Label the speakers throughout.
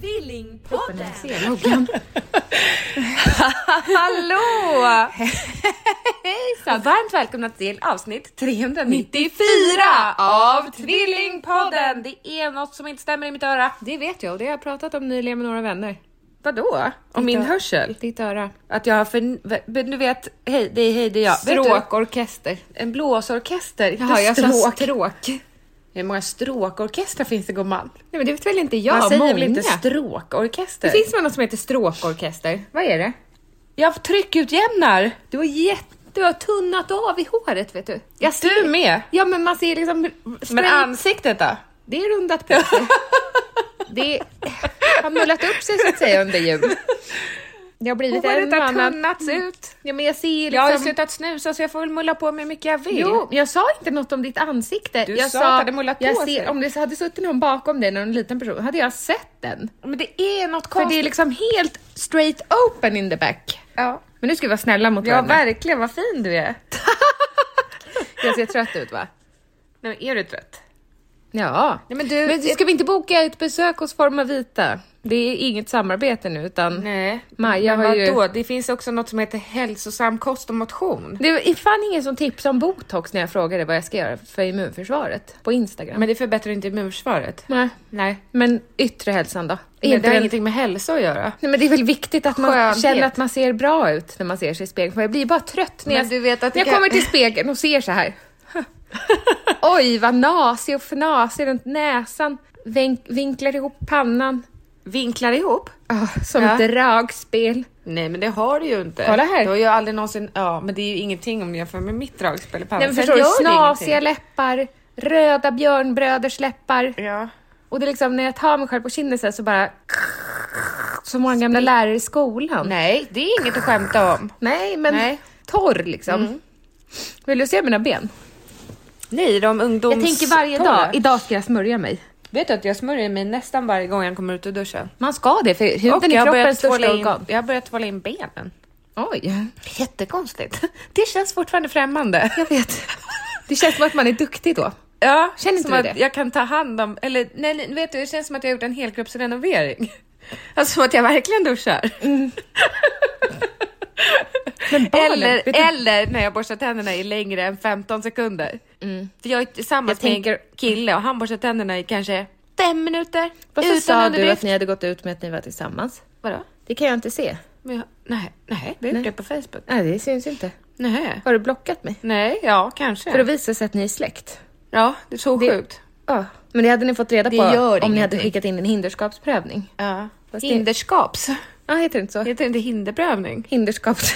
Speaker 1: Tvillingpodden!
Speaker 2: Hallå! Hejsan! Varmt välkomna till avsnitt 394 av Tvillingpodden! Det är något som inte stämmer i mitt öra.
Speaker 1: Det vet jag och det har jag pratat om nyligen med några vänner.
Speaker 2: Vadå? Om min hörsel?
Speaker 1: Ditt öra.
Speaker 2: Att jag har för... men Du vet, hej, det är hej, det är jag. Vet
Speaker 1: Stråkorkester.
Speaker 2: du, en blåsorkester, inte
Speaker 1: Jaha, jag sa
Speaker 2: stråk.
Speaker 1: stråk. Nej
Speaker 2: Hur många stråkorkestrar finns det gumman?
Speaker 1: men det vet väl inte jag?
Speaker 2: Man säger
Speaker 1: Många.
Speaker 2: väl inte stråkorkester?
Speaker 1: det finns väl något som heter stråkorkester? Vad är det?
Speaker 2: Jag tryckutjämnar!
Speaker 1: Du har jätte... Du har tunnat av i håret vet du. Jag
Speaker 2: Du med!
Speaker 1: Ja men man ser liksom...
Speaker 2: Men
Speaker 1: straight-
Speaker 2: ansiktet då?
Speaker 1: Det är rundat på sig. det har mullat upp sig så att säga under jul. Det har blivit en
Speaker 2: Håret
Speaker 1: och
Speaker 2: har
Speaker 1: annan...
Speaker 2: tunnats ut.
Speaker 1: Ja men jag ser ju
Speaker 2: Mm.
Speaker 1: liksom...
Speaker 2: Jag har ju slutat snusa så jag får väl mulla på mig hur mycket jag vill.
Speaker 1: Jo, jag sa inte något om ditt ansikte.
Speaker 2: Du
Speaker 1: jag
Speaker 2: sa att det hade mullat
Speaker 1: jag
Speaker 2: på sig.
Speaker 1: ser, Om det hade suttit någon bakom dig, någon liten person, hade jag sett den.
Speaker 2: Men det är något
Speaker 1: För det är
Speaker 2: konstigt.
Speaker 1: liksom helt straight open in the back.
Speaker 2: Ja.
Speaker 1: Men nu ska vi vara snälla mot
Speaker 2: ja,
Speaker 1: varandra.
Speaker 2: verkligen. Vad fin du är.
Speaker 1: Jag ser trött ut va?
Speaker 2: Nej, men är du trött?
Speaker 1: Ja.
Speaker 2: Nej, men du...
Speaker 1: Men ska vi inte boka ett besök hos Forma Vita? Det är inget samarbete nu utan...
Speaker 2: Nej.
Speaker 1: Maja
Speaker 2: men
Speaker 1: har ju-
Speaker 2: vadå? Det finns också något som heter hälsosam kost och motion.
Speaker 1: Det är fan ingen som tipsade om botox när jag frågade vad jag ska göra för immunförsvaret på Instagram.
Speaker 2: Men det förbättrar inte immunförsvaret.
Speaker 1: nej.
Speaker 2: Nej.
Speaker 1: Men yttre hälsan då?
Speaker 2: Men det har
Speaker 1: den-
Speaker 2: ingenting med hälsa att göra.
Speaker 1: Nej men det är väl viktigt att man
Speaker 2: Skönhet.
Speaker 1: känner att man ser bra ut när man ser sig i spegeln. För jag blir bara trött när
Speaker 2: Men
Speaker 1: jag,
Speaker 2: du vet att
Speaker 1: när
Speaker 2: det
Speaker 1: jag
Speaker 2: kan-
Speaker 1: kommer till spegeln och ser så här. Oj vad nasig och fnasig runt näsan. Vink, vinklar ihop pannan.
Speaker 2: Vinklar ihop?
Speaker 1: Ah, som
Speaker 2: Ja.
Speaker 1: ett dragspel.
Speaker 2: Nej, men det har du ju inte.
Speaker 1: Kolla här.
Speaker 2: Du har ju aldrig någonsin... Ja, men det är ju ingenting om jag jämför med mitt dragspel i pannan.
Speaker 1: Nej, men
Speaker 2: Sen
Speaker 1: förstår du?
Speaker 2: gör det
Speaker 1: Snasiga
Speaker 2: ingenting.
Speaker 1: läppar, röda björnbröders läppar.
Speaker 2: Ja.
Speaker 1: Och det är liksom när jag tar mig själv på kinden så, här, så bara... Som våra gamla lärare i skolan.
Speaker 2: Nej, det är inget att skämta om.
Speaker 1: Nej, men
Speaker 2: Nej.
Speaker 1: torr liksom. Vill du se mina ben? Mm.
Speaker 2: Nej, de ungdoms...
Speaker 1: Jag tänker varje
Speaker 2: Kolla.
Speaker 1: dag, idag ska jag smörja mig.
Speaker 2: Vet du att jag smörjer mig nästan varje gång jag kommer ut ur duschen?
Speaker 1: Man ska det, för huden
Speaker 2: Och
Speaker 1: är
Speaker 2: jag har
Speaker 1: kroppens
Speaker 2: börjat tvåla
Speaker 1: största
Speaker 2: in,
Speaker 1: organ.
Speaker 2: Jag har börjat tvåla in benen.
Speaker 1: Oj,
Speaker 2: Jättekonstigt. Det känns fortfarande främmande.
Speaker 1: jag vet. Det känns som att man är duktig då.
Speaker 2: Ja,
Speaker 1: Känner inte
Speaker 2: som
Speaker 1: du
Speaker 2: att
Speaker 1: det?
Speaker 2: jag kan ta hand om, eller nej, nej, vet du, det känns som att jag har gjort en helkroppsrenovering. Alltså som att jag verkligen duschar.
Speaker 1: Men barnen,
Speaker 2: Eller,
Speaker 1: vet du-
Speaker 2: eller när jag borstar tänderna i längre än 15 sekunder. För jag är tillsammans
Speaker 1: Mm. Jag
Speaker 2: med en kille och han borstar tänderna i kanske fem minuter.
Speaker 1: Varför
Speaker 2: utan
Speaker 1: sa du
Speaker 2: underdrift.
Speaker 1: att ni hade gått ut med att ni var tillsammans?
Speaker 2: Vadå?
Speaker 1: Det kan jag inte se.
Speaker 2: Men jag, nej, nej, vi har gjort det på Facebook.
Speaker 1: Nej, det syns inte.
Speaker 2: Nej.
Speaker 1: Har du blockat mig?
Speaker 2: Nej, ja kanske.
Speaker 1: För att visa sig att ni är släkt.
Speaker 2: Ja, det är så
Speaker 1: Det-
Speaker 2: sjukt.
Speaker 1: Ja, men det hade ni fått reda
Speaker 2: Det
Speaker 1: på om
Speaker 2: gör
Speaker 1: ni hade
Speaker 2: ingenting.
Speaker 1: skickat in en hinderskapsprövning.
Speaker 2: Ja.
Speaker 1: Fast det-
Speaker 2: Hinderskaps.
Speaker 1: Ja, heter det inte så?
Speaker 2: Heter det inte hinderprövning?
Speaker 1: Hinderskaps...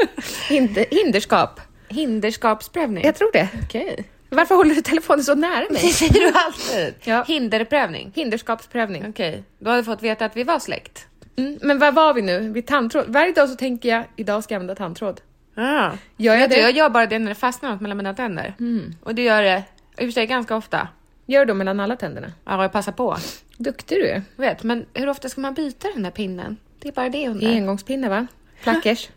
Speaker 1: Hinder, hinderskap.
Speaker 2: Hinderskapsprövning?
Speaker 1: Jag tror det.
Speaker 2: Okej.
Speaker 1: Varför håller du telefonen så nära
Speaker 2: Det
Speaker 1: mig?
Speaker 2: säger du alltid.
Speaker 1: Ja.
Speaker 2: Hinderprövning.
Speaker 1: Hinderskapsprövning.
Speaker 2: Okej, då hade du fått veta att vi var släkt.
Speaker 1: Mm, men var var vi nu? Vid tandtråd. Varje dag så tänker jag, idag ska jag använda tandtråd.
Speaker 2: Ja.
Speaker 1: Gör jag
Speaker 2: Vet du,
Speaker 1: det? Mm.
Speaker 2: jag gör bara det när det fastnar något mellan mina tänder. Och det gör det i och för sig ganska ofta.
Speaker 1: Gör då mellan alla tänderna.
Speaker 2: Ja, jag passar på.
Speaker 1: Duktig du är.
Speaker 2: Jag Vet, men hur ofta ska man byta den där pinnen? Det är bara det jag
Speaker 1: Det är
Speaker 2: undrar.
Speaker 1: engångspinne va? Plackers.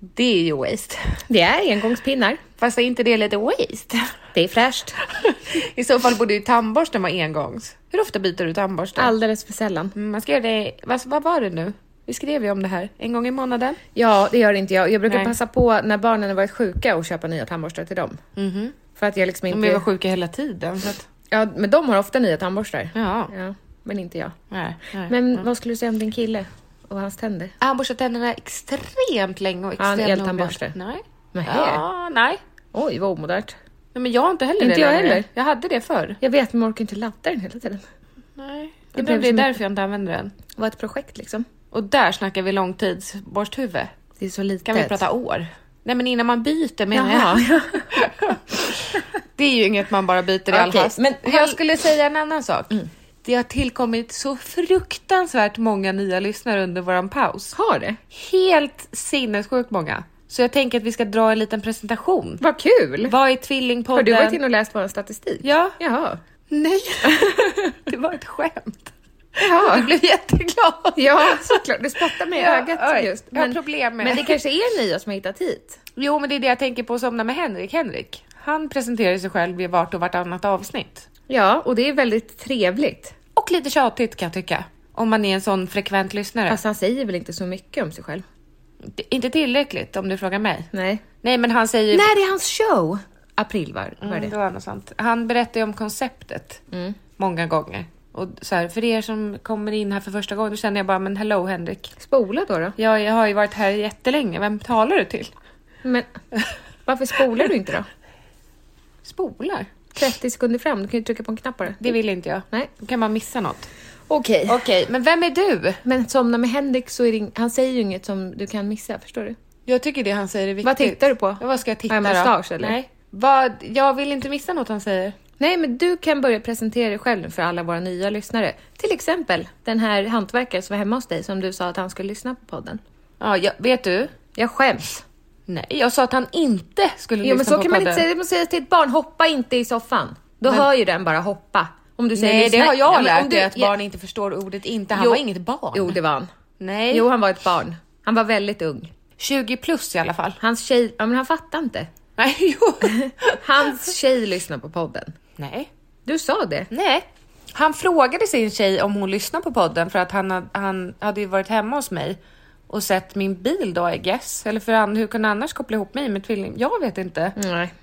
Speaker 2: Det är ju waste.
Speaker 1: Det är engångspinnar.
Speaker 2: Fast är inte det lite waste?
Speaker 1: Det är fräscht.
Speaker 2: I så fall borde ju tandborsten vara engångs. Hur ofta byter du tandborsten?
Speaker 1: Alldeles för sällan.
Speaker 2: Mm, Man ska göra det, vad, vad var det nu? Vi skrev ju om det här en gång i månaden.
Speaker 1: Ja, det gör inte jag. Jag brukar
Speaker 2: Nej.
Speaker 1: passa på när barnen har varit sjuka och köpa nya tandborstar till dem.
Speaker 2: Mhm.
Speaker 1: För att jag liksom
Speaker 2: Men vi var
Speaker 1: inte...
Speaker 2: sjuka hela tiden. Så att,
Speaker 1: Ja, men de har ofta nya tandborstar.
Speaker 2: ja.
Speaker 1: Ja, men inte jag.
Speaker 2: Nej, nej.
Speaker 1: Men vad skulle du säga om din kille och hans tänder?
Speaker 2: Han borstar tänderna extremt länge och
Speaker 1: Har han
Speaker 2: extremt
Speaker 1: eltandborste?
Speaker 2: noggrant. Nej.
Speaker 1: Nähä.
Speaker 2: Ja, nej.
Speaker 1: Oj, vad omodernt.
Speaker 2: nej. Men jag har inte heller
Speaker 1: Inte
Speaker 2: det
Speaker 1: jag
Speaker 2: längre.
Speaker 1: heller.
Speaker 2: Jag hade det förr.
Speaker 1: Jag vet, men man orkar inte ladda den hela tiden.
Speaker 2: Nej.
Speaker 1: Det
Speaker 2: Det,
Speaker 1: blev
Speaker 2: det är
Speaker 1: som-
Speaker 2: därför jag inte använder den.
Speaker 1: Det var ett projekt liksom.
Speaker 2: Och där snackar vi långtidsborsthuvud.
Speaker 1: Det är så litet.
Speaker 2: Kan vi prata år? Nej men innan man byter menar
Speaker 1: Jaha.
Speaker 2: jag. det är ju inget man bara byter i all
Speaker 1: Okej,
Speaker 2: hast.
Speaker 1: men
Speaker 2: Men Mm.
Speaker 1: håll-
Speaker 2: jag skulle säga en annan sak. Det har tillkommit så fruktansvärt många nya lyssnare under våran paus.
Speaker 1: Har det?
Speaker 2: Helt sinnessjukt många. Så jag tänker att vi ska dra en liten presentation.
Speaker 1: Vad kul!
Speaker 2: Vad är
Speaker 1: Har
Speaker 2: Tvillingpodden?
Speaker 1: du varit inne och läst vår statistik?
Speaker 2: Ja.
Speaker 1: Jaha.
Speaker 2: Nej, det var ett skämt.
Speaker 1: Jaha.
Speaker 2: Du blev jätteglad.
Speaker 1: Ja, såklart. Du spottar mig i
Speaker 2: Ja,
Speaker 1: ögat
Speaker 2: oj.
Speaker 1: just.
Speaker 2: Jag har problem med-
Speaker 1: men det kanske är nya som har hittat hit.
Speaker 2: Jo, men det är det jag tänker på Somna med Henrik. Henrik, han presenterar sig själv i vart och vartannat avsnitt.
Speaker 1: Ja, och det är väldigt trevligt.
Speaker 2: Och lite tjatigt kan jag tycka. Om man är en sån frekvent lyssnare.
Speaker 1: Fast han säger väl inte så mycket om sig själv?
Speaker 2: D- inte tillräckligt om du frågar mig.
Speaker 1: Nej.
Speaker 2: Nej, men han säger...
Speaker 1: När är hans show? April var, var
Speaker 2: Mm,
Speaker 1: det.
Speaker 2: det var något sånt. Han berättar ju om konceptet många gånger. Och så här, för er som kommer in här för första gången, då känner jag bara, men hello Henrik.
Speaker 1: Spola då då.
Speaker 2: Jag, jag har ju varit här jättelänge, vem talar du till?
Speaker 1: Men varför spolar du inte då?
Speaker 2: Spolar?
Speaker 1: 30 sekunder fram, du kan ju trycka på en knapp bara.
Speaker 2: Det vill inte jag.
Speaker 1: Nej.
Speaker 2: Då kan man missa något.
Speaker 1: Okej.
Speaker 2: Okej, men vem är du?
Speaker 1: Men somna med Henrik så är det, ing- han säger ju inget som du kan missa, förstår du?
Speaker 2: Jag tycker det han säger är viktigt.
Speaker 1: Vad tittar du på?
Speaker 2: Ja, vad ska jag titta
Speaker 1: Har jag mustasch,
Speaker 2: då?
Speaker 1: eller?
Speaker 2: Nej. Vad, jag vill inte missa något han säger.
Speaker 1: Nej, men du kan börja presentera dig själv för alla våra nya lyssnare. Till exempel den här hantverkaren som var hemma hos dig som du sa att han skulle lyssna på podden.
Speaker 2: Ja, jag, vet du?
Speaker 1: Jag skäms.
Speaker 2: Nej, jag sa att han inte skulle
Speaker 1: Jo,
Speaker 2: lyssna
Speaker 1: men så
Speaker 2: på
Speaker 1: kan man inte
Speaker 2: podden.
Speaker 1: säga. Det måste sägas till ett barn. Hoppa inte i soffan. Då hör ju den bara hoppa. Om du säger
Speaker 2: Nej, det
Speaker 1: lyssna-
Speaker 2: har jag
Speaker 1: Ja, men
Speaker 2: lärt
Speaker 1: om
Speaker 2: dig, att
Speaker 1: ja,
Speaker 2: barn inte förstår ordet inte. Han
Speaker 1: jo.
Speaker 2: var inget barn.
Speaker 1: Jo, det var han.
Speaker 2: Nej.
Speaker 1: Jo, han var ett barn. Han var väldigt ung.
Speaker 2: 20 plus i alla fall.
Speaker 1: Hans tjej, ja men han fattar inte.
Speaker 2: Nej, jo.
Speaker 1: Hans tjej lyssnar på podden.
Speaker 2: Nej.
Speaker 1: Du sa det.
Speaker 2: Nej. Han frågade sin tjej om hon lyssnar på podden för att han, had- han hade ju varit hemma hos mig och sett min bil då, I guess. Eller för han, hur kunde han annars koppla ihop mig med tvilling? Jag vet inte.
Speaker 1: Nej.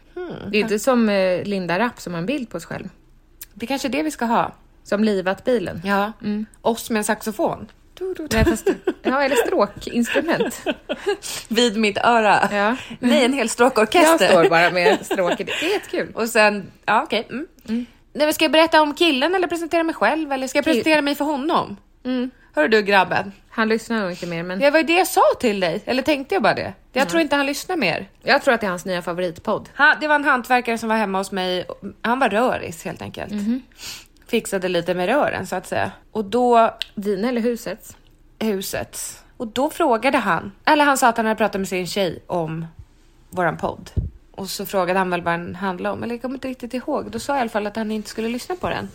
Speaker 1: Det är inte som eh, Linda Rapp som har en bild på sig själv.
Speaker 2: Det är kanske är det vi ska ha.
Speaker 1: Som livat bilen.
Speaker 2: Ja. Oss med en saxofon.
Speaker 1: Nej, fast, ja, eller stråkinstrument.
Speaker 2: Vid mitt öra.
Speaker 1: Ja.
Speaker 2: Nej, en hel
Speaker 1: Jag
Speaker 2: stråkorkester.
Speaker 1: står bara med stråket. Det är jättekul.
Speaker 2: Och sen, ja okej. Mm. Nej, men ska jag berätta om killen eller presentera mig själv? Eller ska jag
Speaker 1: Kill- Mm.
Speaker 2: presentera mig för honom? Hörru du grabben,
Speaker 1: Han lyssnar nog inte mer, men
Speaker 2: det var ju det jag sa till dig. Eller tänkte jag bara det? Jag
Speaker 1: Mm.
Speaker 2: tror inte han lyssnar mer.
Speaker 1: jag tror att det är hans nya favoritpodd.
Speaker 2: Han, det var en hantverkare som var hemma hos mig. och- Han var röris helt enkelt.
Speaker 1: Mm-hmm.
Speaker 2: Fixade lite med rören så att säga. Och då
Speaker 1: Dina eller husets?
Speaker 2: huset. Och då frågade han, eller han sa att han hade pratat med sin tjej om våran podd. Och så frågade han väl vad den handlade om, eller jag kommer inte riktigt ihåg. Då sa jag i alla fall att han inte skulle lyssna på den.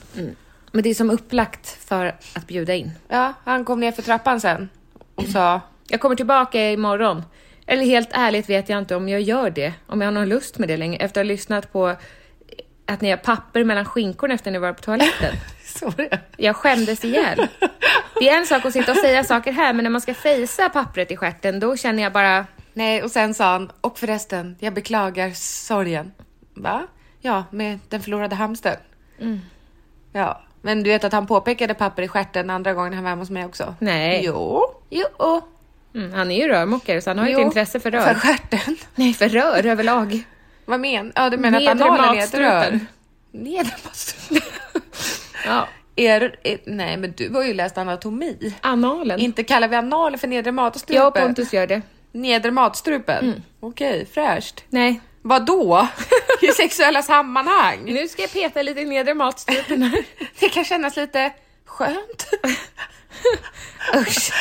Speaker 1: Men det är som upplagt för att bjuda in.
Speaker 2: Ja, han kom ner för trappan sen och sa,
Speaker 1: Jag kommer tillbaka imorgon. Eller helt ärligt vet jag inte om jag gör det, om jag har någon lust med det längre efter att ha lyssnat på att ni har papper mellan skinkorna efter ni var på toaletten.
Speaker 2: så var det.
Speaker 1: Jag skämdes ihjäl. Det är en sak att sitta och säga saker här, men när man ska fejsa pappret i stjärten, då känner jag bara...
Speaker 2: Nej, och sen sa han, och förresten, jag beklagar sorgen. Va? Ja, med den förlorade hamstern.
Speaker 1: Mm.
Speaker 2: Ja, men du vet att han påpekade papper i stjärten andra gången han var hemma hos mig också?
Speaker 1: Nej.
Speaker 2: Jo. Jo.
Speaker 1: Mm, han är ju rörmokare, så han har ju
Speaker 2: Jo.
Speaker 1: ett intresse för rör.
Speaker 2: För stjärten.
Speaker 1: Nej, för rör överlag.
Speaker 2: Vad men? Ja, du menar
Speaker 1: Nedre
Speaker 2: att analen är ett rör?
Speaker 1: matstrupen.
Speaker 2: Nedre matstrupen.
Speaker 1: Ja,
Speaker 2: är, är, nej, men du har ju läst anatomi.
Speaker 1: analen.
Speaker 2: Inte kallar vi analen för nedre matstrupen?
Speaker 1: jag och Pontus gör det.
Speaker 2: Nedre matstrupen?
Speaker 1: Mm.
Speaker 2: Okej, fräscht.
Speaker 1: Nej,
Speaker 2: Vad då? I sexuella sammanhang?
Speaker 1: nu ska jag peta lite i nedre matstrupen här.
Speaker 2: Det kan kännas lite skönt.
Speaker 1: Usch.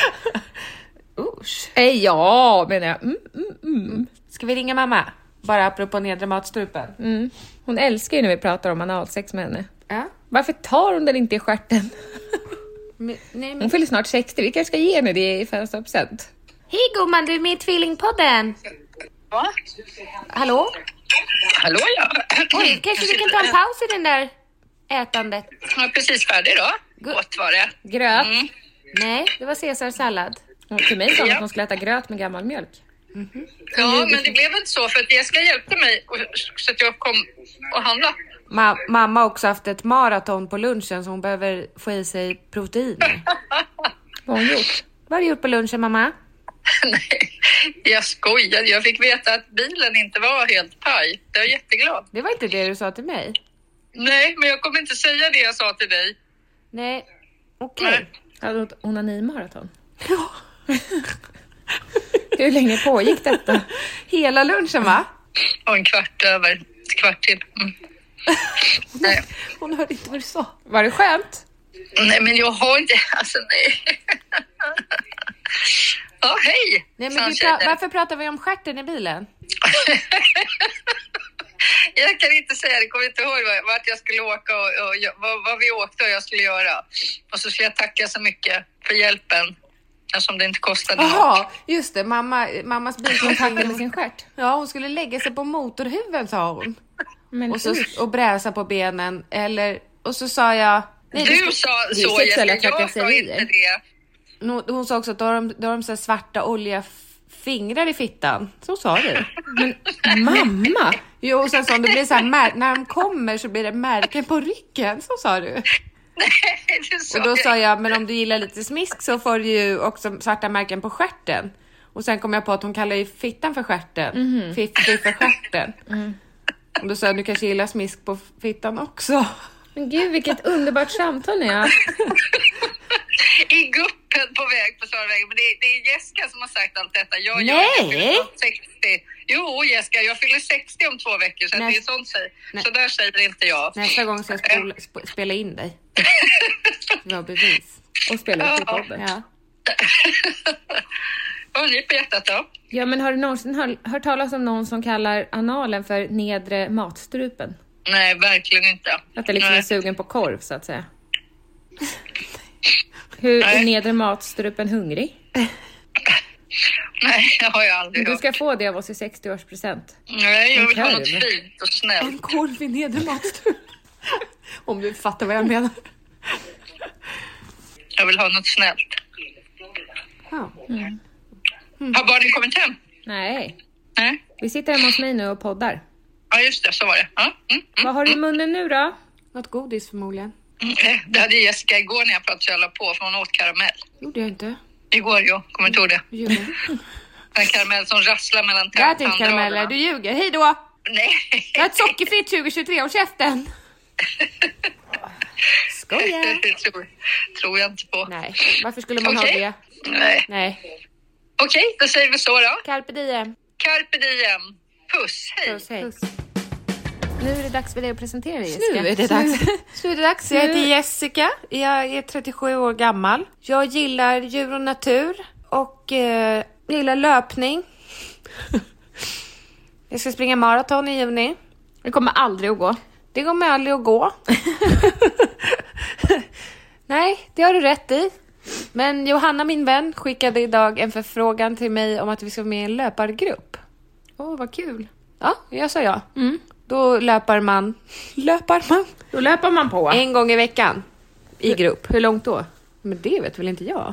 Speaker 1: Usch. Eh, ja, menar jag. Mm, mm, mm.
Speaker 2: Ska vi ringa mamma? Bara apropå nedre matstrupen.
Speaker 1: Mm. Hon älskar ju när vi pratar om analsex med henne.
Speaker 2: Ja.
Speaker 1: Varför tar hon den inte i stjärten?
Speaker 2: Men, nej, men...
Speaker 1: Hon fyller snart 60, vi kanske ska ge henne det i födelsedagspresent.
Speaker 2: Hej gumman, du är med i Tvillingpodden.
Speaker 3: Va?
Speaker 2: Hallå?
Speaker 3: Hallå ja.
Speaker 2: Oj, kanske vi kan ta en paus i den där ätandet.
Speaker 3: Jag är precis färdig då. Gott var det.
Speaker 2: Mm.
Speaker 1: Gröt.
Speaker 2: Nej, det var caesarsallad.
Speaker 1: Och Till mig sa hon
Speaker 3: Ja.
Speaker 1: att hon skulle äta gröt med gammal mjölk.
Speaker 3: Ja, men det blev inte så för att Jessica hjälpte mig och, så att jag kom och handlade.
Speaker 2: Ma- mamma har också haft ett maraton på lunchen så hon behöver få i sig proteiner.
Speaker 1: Vad har hon gjort?
Speaker 2: Vad har du gjort på lunchen mamma?
Speaker 3: Nej, jag skojade. Jag fick veta att bilen inte var helt paj. Jag är jätteglad.
Speaker 2: Det var inte det du sa till mig.
Speaker 3: Nej, men jag kommer inte säga det jag sa till dig.
Speaker 2: Nej, okej.
Speaker 1: Hade hon onanimaraton?
Speaker 2: Mm.
Speaker 1: Hur länge pågick detta?
Speaker 2: Hela lunchen va?
Speaker 3: Och en kvart över, ett kvart till. Mm. nej.
Speaker 2: Hon hörde inte vad du sa.
Speaker 1: Var det skönt?
Speaker 3: nej, men jag har inte... Alltså nej. Ja, hej!
Speaker 2: Nej, men vi pra-
Speaker 3: Sunshine.
Speaker 2: varför pratar vi om stjärten i bilen?
Speaker 3: Jag kan inte säga, det kommer inte ihåg vad- vart jag skulle åka och, och jag- vad, vad vi åkte och jag skulle göra. Och så skulle jag tacka så mycket för hjälpen eftersom det inte kostade något.
Speaker 2: Jaha, just det. Mamma, mammas
Speaker 1: Tackade med
Speaker 2: bilkontakt.
Speaker 1: sin stjärt?
Speaker 2: Ja, hon skulle lägga sig på motorhuven sa hon.
Speaker 1: Men
Speaker 2: Och, så,
Speaker 1: usch.
Speaker 2: och bräsa på benen. Eller, och så sa jag... Nej, det
Speaker 3: Du
Speaker 2: ska-
Speaker 3: sa
Speaker 1: det är
Speaker 3: så
Speaker 1: sexuella
Speaker 3: Jessica, jag sa
Speaker 1: trakasserier.
Speaker 3: inte det.
Speaker 2: hon, hon sa också att då har de, då har de så här svarta olja f- fingrar i fittan. Så sa du.
Speaker 1: Mamma!
Speaker 2: Jo, och sen sa hon, det blir så här, mär- när de kommer så blir det märken på ryggen. Så sa du.
Speaker 3: Nej, det sa
Speaker 2: Och då
Speaker 3: jag
Speaker 2: sa jag, men om du gillar lite smisk så får du ju också svarta märken på stjärten. Och sen kom jag på att hon kallar ju fittan för stjärten.
Speaker 1: Mhm.
Speaker 2: Fiffi för stjärten.
Speaker 1: Mm.
Speaker 2: Och då sa jag, du kanske gillar smisk på fittan också.
Speaker 1: Men gud vilket underbart samtal ni har.
Speaker 3: i guppen på väg på Sörvägen. Men det, det är Jessica som har sagt allt detta. Jag, jag,
Speaker 2: Nej.
Speaker 3: jag fyller 60. Jo Jessica, jag fyller 60 om två veckor så att
Speaker 2: Nej.
Speaker 3: det är sånt säg-
Speaker 2: Nej.
Speaker 3: Så där säger inte jag.
Speaker 2: Nästa gång ska jag spola, sp- spela in dig. Vi har bevis.
Speaker 1: Och spelar upp i podden.
Speaker 2: Ja.
Speaker 3: Vad har ni på hjärtat då?
Speaker 1: Ja men har du någonsin hör, hört talas om någon som kallar analen för nedre matstrupen?
Speaker 3: Nej, verkligen inte.
Speaker 1: Att det liksom är
Speaker 3: Nej.
Speaker 1: sugen på korv så att säga. Hur är
Speaker 3: Nej.
Speaker 1: nedre matstrupen hungrig?
Speaker 3: Nej, det har jag aldrig
Speaker 1: Du
Speaker 3: hört.
Speaker 1: ska få det av oss i 60-årspresent.
Speaker 3: Nej, jag vill ha
Speaker 1: korv.
Speaker 3: något fint och
Speaker 2: En
Speaker 3: snällt.
Speaker 2: korv i nedre matstrupen. Om du fattar vad jag menar.
Speaker 3: Jag vill ha något snällt.
Speaker 2: Ja. Mm.
Speaker 3: Har barnen kommit hem?
Speaker 1: Nej,
Speaker 3: Nej.
Speaker 1: vi sitter hemma hos mig nu och poddar.
Speaker 3: Ja, just det, så var det. Ja. Mm.
Speaker 1: Vad har du i munnen nu då?
Speaker 2: Något godis förmodligen.
Speaker 3: Mm. Det hade Jessica igår när jag pratade så jag la på, för hon åt karamell.
Speaker 2: gjorde jag inte.
Speaker 3: Igår, jo. Kommer inte ihåg det.
Speaker 2: Du ljuger.
Speaker 3: En karamell som rasslar mellan
Speaker 2: Jag äter inte karameller.
Speaker 3: tandraderna.
Speaker 2: Du ljuger. Hej då!
Speaker 3: Nej.
Speaker 2: Jag har ett sockerfritt 2023. Håll käften! Skoja!
Speaker 3: Det tror, tror jag inte på. Nej.
Speaker 2: Nej, varför skulle man
Speaker 3: Okej.
Speaker 2: ha det? Nej.
Speaker 3: Okej, då säger vi så då.
Speaker 2: Carpe diem.
Speaker 3: Carpe diem. Puss, hej.
Speaker 2: Puss, hej.
Speaker 1: Nu är det dags för dig att presentera dig Jessica.
Speaker 2: Nu är det dags. Nu är det dags. Jag heter
Speaker 1: Nu-
Speaker 2: Jessica. Jag är 37 år gammal. Jag gillar djur och natur och eh, jag gillar löpning. Jag ska springa maraton i juni.
Speaker 1: Det kommer aldrig att gå.
Speaker 2: Det kommer aldrig att gå. Nej, det har du rätt i. Men Johanna, min vän, skickade idag en förfrågan till mig om att vi ska vara med i en löpargrupp.
Speaker 1: Åh, vad kul.
Speaker 2: Ja, jag sa ja. Då löpar man, löpar man
Speaker 1: Då löper man på.
Speaker 2: en gång i veckan i grupp.
Speaker 1: Eh, Hur långt då?
Speaker 2: Men det vet väl inte jag?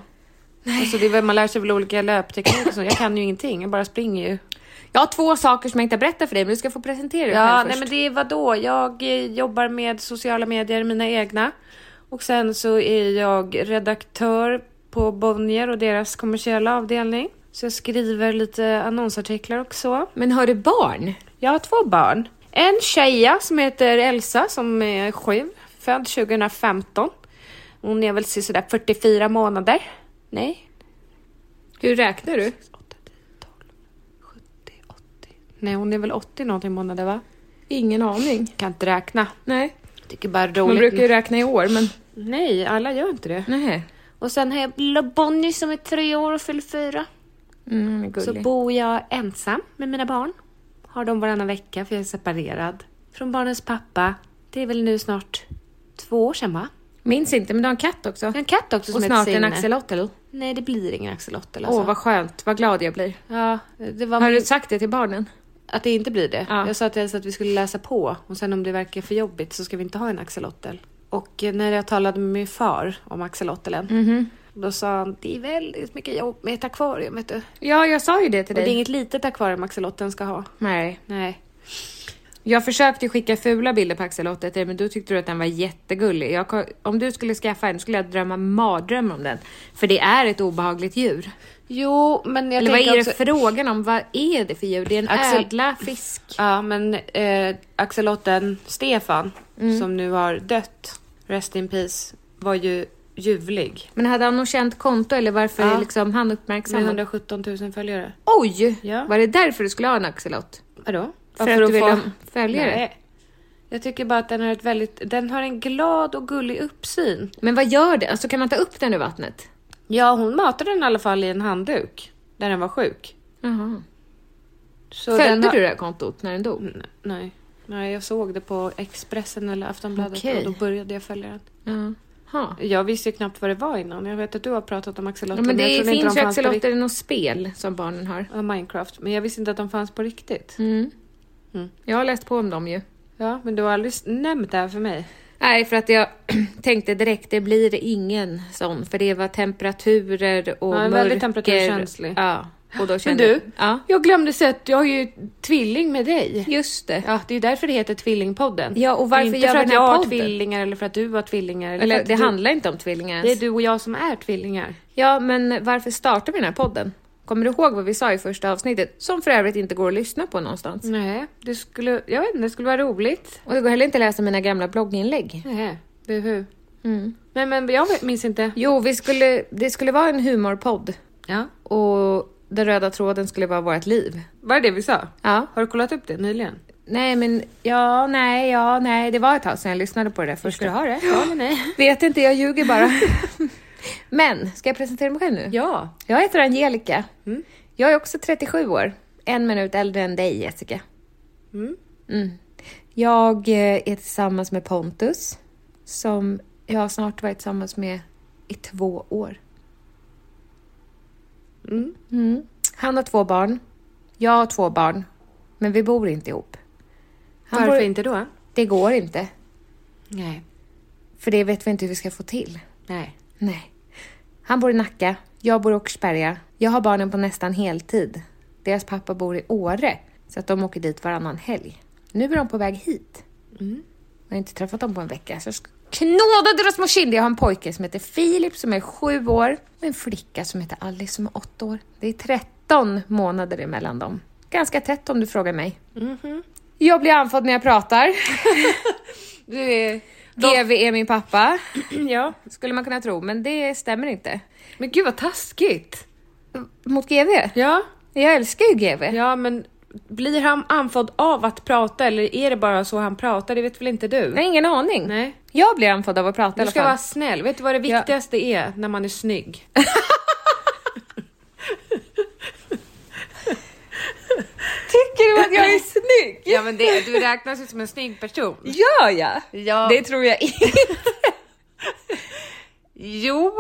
Speaker 2: Alltså det är väl, man lär sig väl olika löptekniker och så. Jag kan ju ingenting, jag bara springer ju.
Speaker 1: Jag har två saker som jag inte berättar för dig, men du ska få presentera dig
Speaker 2: Ja,
Speaker 1: själv
Speaker 2: nej men
Speaker 1: först.
Speaker 2: det är vadå? Jag eh, jobbar med sociala medier, mina egna. Och sen så är jag redaktör på Bonnier och deras kommersiella avdelning. Så jag skriver lite annonsartiklar och så.
Speaker 1: Men har du barn?
Speaker 2: Jag har två barn. En tjeja som heter Elsa som är sju, född 2015. Hon är väl sådär 44 månader. Nej,
Speaker 1: Hur räknar du?
Speaker 2: 80. Nej, hon är väl 80 någonting månader va?
Speaker 1: Ingen aning.
Speaker 2: Kan inte räkna.
Speaker 1: Nej.
Speaker 2: Tycker bara
Speaker 1: Man
Speaker 2: roligt.
Speaker 1: brukar ju räkna i år, men
Speaker 2: Nej, alla gör inte det.
Speaker 1: nej.
Speaker 2: Och sen har jag lilla Bonnie som är tre år och fyller fyra.
Speaker 1: Mm, hon är
Speaker 2: Så
Speaker 1: gullig.
Speaker 2: bor jag ensam med mina barn. Har dem varannan vecka för jag är separerad. Från barnens pappa. Det är väl nu snart två år sedan va?
Speaker 1: Minns inte, men du har en katt också.
Speaker 2: Jag har en katt också som
Speaker 1: Och
Speaker 2: heter
Speaker 1: snart en
Speaker 2: Signe.
Speaker 1: axolotl. Åh,
Speaker 2: Nej, det blir ingen axolotl alltså.
Speaker 1: vad skönt. Vad glad jag blir.
Speaker 2: Ja, det var
Speaker 1: Har du
Speaker 2: min-
Speaker 1: sagt det till barnen?
Speaker 2: att det inte blir det.
Speaker 1: Ja.
Speaker 2: Jag sa till Elsa att vi skulle läsa på och sen om det verkar för
Speaker 1: Mhm.
Speaker 2: jobbigt så ska vi inte ha en axolotl. Och eh, när jag talade med min far om axolotlen Då sa han, det är väldigt mycket jobb med ett akvarium vet du. Och
Speaker 1: Ja, jag sa ju det till
Speaker 2: det
Speaker 1: dig.
Speaker 2: är inget litet akvarium axelotten ska ha.
Speaker 1: Nej.
Speaker 2: Nej.
Speaker 1: Jag försökte skicka fula bilder på axelottet till dig, men då tyckte du att den var jättegullig. Jag, ko- om du skulle skaffa en skulle jag drömma mardrömmar om den. För det är ett obehagligt djur.
Speaker 2: Jo, men jag
Speaker 1: Eller vad
Speaker 2: tänker
Speaker 1: är
Speaker 2: också...
Speaker 1: det frågan om? Vad är det för djur? Det är en
Speaker 2: Axel-
Speaker 1: ädla fisk.
Speaker 2: Ja, men eh, axelotten Stefan, som nu har dött, rest in peace, var ju ljuvlig.
Speaker 1: Men hade han något känt konto eller varför
Speaker 2: Ja.
Speaker 1: är liksom han
Speaker 2: Med
Speaker 1: uppmärksammad?
Speaker 2: 117 000 följare.
Speaker 1: Oj!
Speaker 2: Ja.
Speaker 1: Var det därför du skulle ha en axelott?
Speaker 2: Vadå?
Speaker 1: För att du ville följa det?
Speaker 2: Nej. Jag tycker bara att den har ett väldigt... Den har en glad och gullig uppsyn.
Speaker 1: Men vad gör det? Alltså kan man ta upp den ur vattnet?
Speaker 2: Ja, hon matade den i alla fall i en handduk när den var sjuk.
Speaker 1: Jaha.
Speaker 2: Så
Speaker 1: Följde
Speaker 2: den har-
Speaker 1: du det här kontot när den dog?
Speaker 2: N- Nej. Nej, jag såg det på Expressen eller Aftonbladet
Speaker 1: Okej.
Speaker 2: och då började jag följa den.
Speaker 1: Jaha.
Speaker 2: Jag visste ju knappt vad det var innan. Jag vet att du har pratat om
Speaker 1: Ja,
Speaker 2: axelotter.
Speaker 1: men
Speaker 2: jag
Speaker 1: det
Speaker 2: trodde
Speaker 1: finns
Speaker 2: de
Speaker 1: ju
Speaker 2: fanns på
Speaker 1: axelotter i något spel som barnen har.
Speaker 2: Ja, Minecraft. Men jag visste inte att de fanns på riktigt.
Speaker 1: Jag har läst på om dem ju.
Speaker 2: Ja, men du har aldrig s- nämnt det här för mig.
Speaker 1: Nej, för att jag tänkte direkt, det blir ingen sån. För det var temperaturer och
Speaker 2: Ja,
Speaker 1: mörker.
Speaker 2: väldigt temperaturkänslig.
Speaker 1: Ja, och då
Speaker 2: Men
Speaker 1: kände
Speaker 2: du,
Speaker 1: Ja,
Speaker 2: jag glömde säga att jag är ju tvilling med dig.
Speaker 1: just det.
Speaker 2: Ja, det är ju därför det heter Tvillingpodden.
Speaker 1: Ja, och varför
Speaker 2: inte
Speaker 1: gör
Speaker 2: för
Speaker 1: vi
Speaker 2: att
Speaker 1: den här
Speaker 2: jag har
Speaker 1: podden?
Speaker 2: tvillingar eller för att du har tvillingar. för
Speaker 1: Eller
Speaker 2: att
Speaker 1: det
Speaker 2: du,
Speaker 1: handlar inte om tvillingar
Speaker 2: Det är
Speaker 1: ens.
Speaker 2: du och jag som är tvillingar.
Speaker 1: Ja, men varför startar vi den här podden? Kommer du ihåg vad vi sa i första avsnittet? Som för övrigt inte går att lyssna på någonstans.
Speaker 2: Nej, det skulle, jag vet inte, det skulle vara roligt.
Speaker 1: Och det går heller inte att läsa mina gamla blogginlägg.
Speaker 2: Nej, buhu. Nej, men jag vet- minns inte.
Speaker 1: Jo, vi skulle, det skulle vara en humorpodd.
Speaker 2: Ja.
Speaker 1: Och den röda tråden skulle vara vårt liv.
Speaker 2: Var det det vi sa?
Speaker 1: Ja.
Speaker 2: Har du kollat upp det nyligen?
Speaker 1: Nej, men ja, nej, ja, nej. Det var ett tag sedan jag lyssnade på det där första.
Speaker 2: Ska du ha det? Ja eller nej?
Speaker 1: Vet inte, jag ljuger bara. men, ska jag presentera mig själv nu?
Speaker 2: Ja.
Speaker 1: Jag heter Angelica. Jag är också 37 år. En minut äldre än dig, Jessica. Mm. Jag eh, är tillsammans med Pontus, som jag har snart varit tillsammans med i två år. Mm. Han har två barn. Jag har två barn. Men vi bor inte ihop. Han
Speaker 2: Varför
Speaker 1: bor-
Speaker 2: inte då?
Speaker 1: Det går inte.
Speaker 2: Nej.
Speaker 1: För det vet vi inte hur vi ska få till.
Speaker 2: Nej.
Speaker 1: Nej. Han bor i Nacka, jag bor i Åkersberga. Jag har barnen på nästan heltid. Deras pappa bor i Åre, så att de åker dit varannan helg. Nu är de på väg hit.
Speaker 2: Mm.
Speaker 1: Jag har inte träffat dem på en vecka, så jag ska knåda deras små kinder. Jag har en pojke som heter Filip som är sju år och en flicka som heter Alice som är åtta år. Det är 13 månader emellan dem. Ganska tätt om du frågar mig.
Speaker 2: Mhm.
Speaker 1: Jag blir andfådd när jag pratar.
Speaker 2: Du är...
Speaker 1: GV är min pappa,
Speaker 2: Ja.
Speaker 1: skulle man kunna tro, men det stämmer inte.
Speaker 2: Men gud vad taskigt.
Speaker 1: Mot GV?
Speaker 2: Ja.
Speaker 1: Jag älskar ju GV.
Speaker 2: Ja, men blir han andfådd av att prata eller är det bara så han pratar? Det vet väl inte du?
Speaker 1: Jag har ingen aning.
Speaker 2: Nej.
Speaker 1: Jag blir andfådd av att prata i
Speaker 2: Du
Speaker 1: alla
Speaker 2: ska
Speaker 1: fall.
Speaker 2: vara snäll. Vet du vad det
Speaker 1: Ja.
Speaker 2: viktigaste är när man är snygg?
Speaker 1: Tycker du att jag är snygg?
Speaker 2: Ja, men det, du räknas ju som en snygg person.
Speaker 1: Gör jag?
Speaker 2: Ja.
Speaker 1: Det tror jag inte.
Speaker 2: Jo.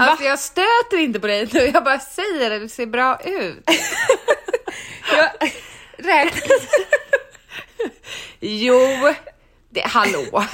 Speaker 2: Alltså jag stöter inte på dig nu, jag bara säger att du ser bra ut.
Speaker 1: Jag räknas...
Speaker 2: Jo. Det, hallå.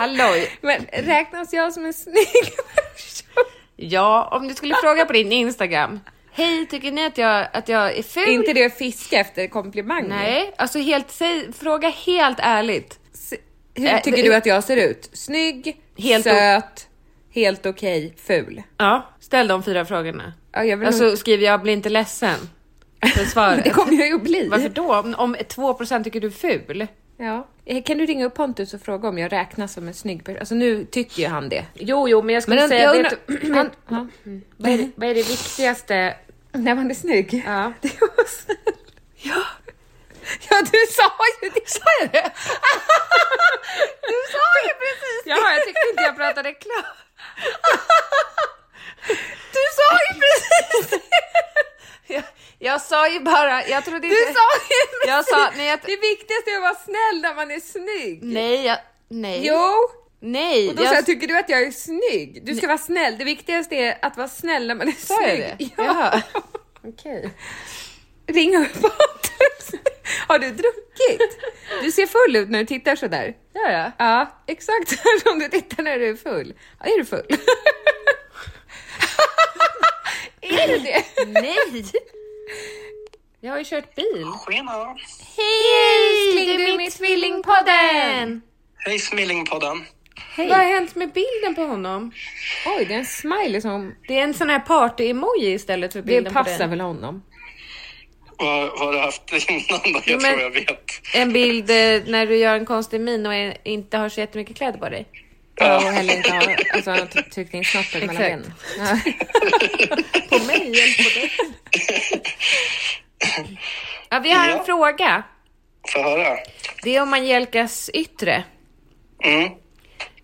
Speaker 2: Halloj.
Speaker 1: Men räknas jag som en snygg person?
Speaker 2: Ja, om du skulle fråga på din Instagram. Hej, tycker ni att jag, att jag är ful?
Speaker 1: inte det att fiska efter komplimanger?
Speaker 2: Nej, alltså helt, säg, fråga helt ärligt.
Speaker 1: S- Hur
Speaker 2: Äh,
Speaker 1: tycker
Speaker 2: det-
Speaker 1: du att jag ser ut? Snygg,
Speaker 2: Helt o-
Speaker 1: söt, helt okej, ful.
Speaker 2: Ja. Ställ de fyra frågorna.
Speaker 1: Ja, jag vill nog-
Speaker 2: Alltså skriv jag blir inte ledsen. För svaret.
Speaker 1: Det kommer jag ju att bli.
Speaker 2: Varför då? Om, om 2% tycker du är ful?
Speaker 1: Ja. Eh, Kan du ringa upp Pontus och fråga om jag räknas som en snygg person? Alltså nu tycker ju han det.
Speaker 2: Jo, jo, men jag skulle
Speaker 1: Men
Speaker 2: säga...
Speaker 1: jag
Speaker 2: vet
Speaker 1: undrar-
Speaker 2: du-
Speaker 1: han- ja.
Speaker 2: vad, är det, vad är det viktigaste?
Speaker 1: När man är snygg?
Speaker 2: Ja.
Speaker 1: Det var snäll. Ja. Ja, du sa ju det! Sa jag det? Du sa ju precis det!
Speaker 2: Ja, jag tyckte inte jag pratade klart.
Speaker 1: Du sa ju precis det!
Speaker 2: Jag, jag sa ju bara... Jag trodde inte...
Speaker 1: Du sa ju precis
Speaker 2: Jag sa- nej, jag-
Speaker 1: Det viktigaste är att vara snäll när man är snygg.
Speaker 2: Nej, jag... Nej.
Speaker 1: Jo!
Speaker 2: Nej.
Speaker 1: Och då sa jag, typ, tycker du att jag är snygg? Du ska vara snäll. Det viktigaste är att vara snäll när man är
Speaker 2: Sa jag
Speaker 1: snygg.
Speaker 2: det?
Speaker 1: Ja.
Speaker 2: Okej.
Speaker 1: Ring upp Pontus. Har du druckit? Du ser full ut när du tittar sådär.
Speaker 2: Gör jag?
Speaker 1: Ja, exakt som du tittar när du är full. Ja, är du full?
Speaker 2: Är det det?
Speaker 1: Nej! Jag har ju kört bil.
Speaker 4: Tjena!
Speaker 1: Hej! Du är med i Tvillingpodden!
Speaker 4: Hej Smillingpodden!
Speaker 2: Vad har hänt med bilden på honom?
Speaker 1: Oj, det är en smiley som...
Speaker 2: Det är en sån här party-emoji istället för
Speaker 1: Det
Speaker 2: bilden på
Speaker 1: passar
Speaker 2: den.
Speaker 1: väl honom?
Speaker 4: Vad vad har du haft innan då? Jag
Speaker 2: men-
Speaker 4: tror jag vet.
Speaker 2: En bild eh, när du gör en konstig min och är, inte har så jättemycket kläder på dig.
Speaker 1: Ja, och heller inte har... Alltså, han har typ tryckt in snoppen mellan
Speaker 2: Exakt.
Speaker 1: benen. Ja.
Speaker 2: På mig eller på dig? ja, vi har en
Speaker 4: Ja.
Speaker 2: fråga.
Speaker 4: Få höra.
Speaker 2: Det är om Angelikas yttre.
Speaker 4: Mm,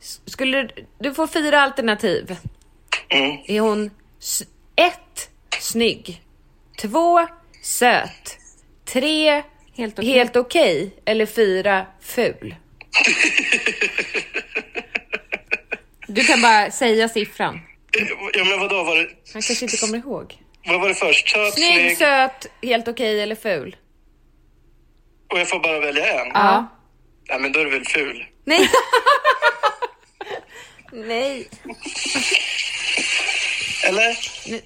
Speaker 2: S- Skulle du- du får fyra alternativ.
Speaker 4: mm.
Speaker 2: Är hon s- ett snygg, två söt, tre helt
Speaker 1: Helt okej.
Speaker 2: okej eller fyra ful?
Speaker 1: Du kan bara säga siffran.
Speaker 4: Ja men vadå, var det,
Speaker 2: Han kanske inte kommer ihåg.
Speaker 4: vad var det först? Söt, snygg,
Speaker 2: Snygg, söt, helt okej eller ful?
Speaker 4: och jag får bara välja en?
Speaker 2: Ja.
Speaker 4: Nej men då är du väl ful?
Speaker 2: Nej. Nej.
Speaker 4: Eller?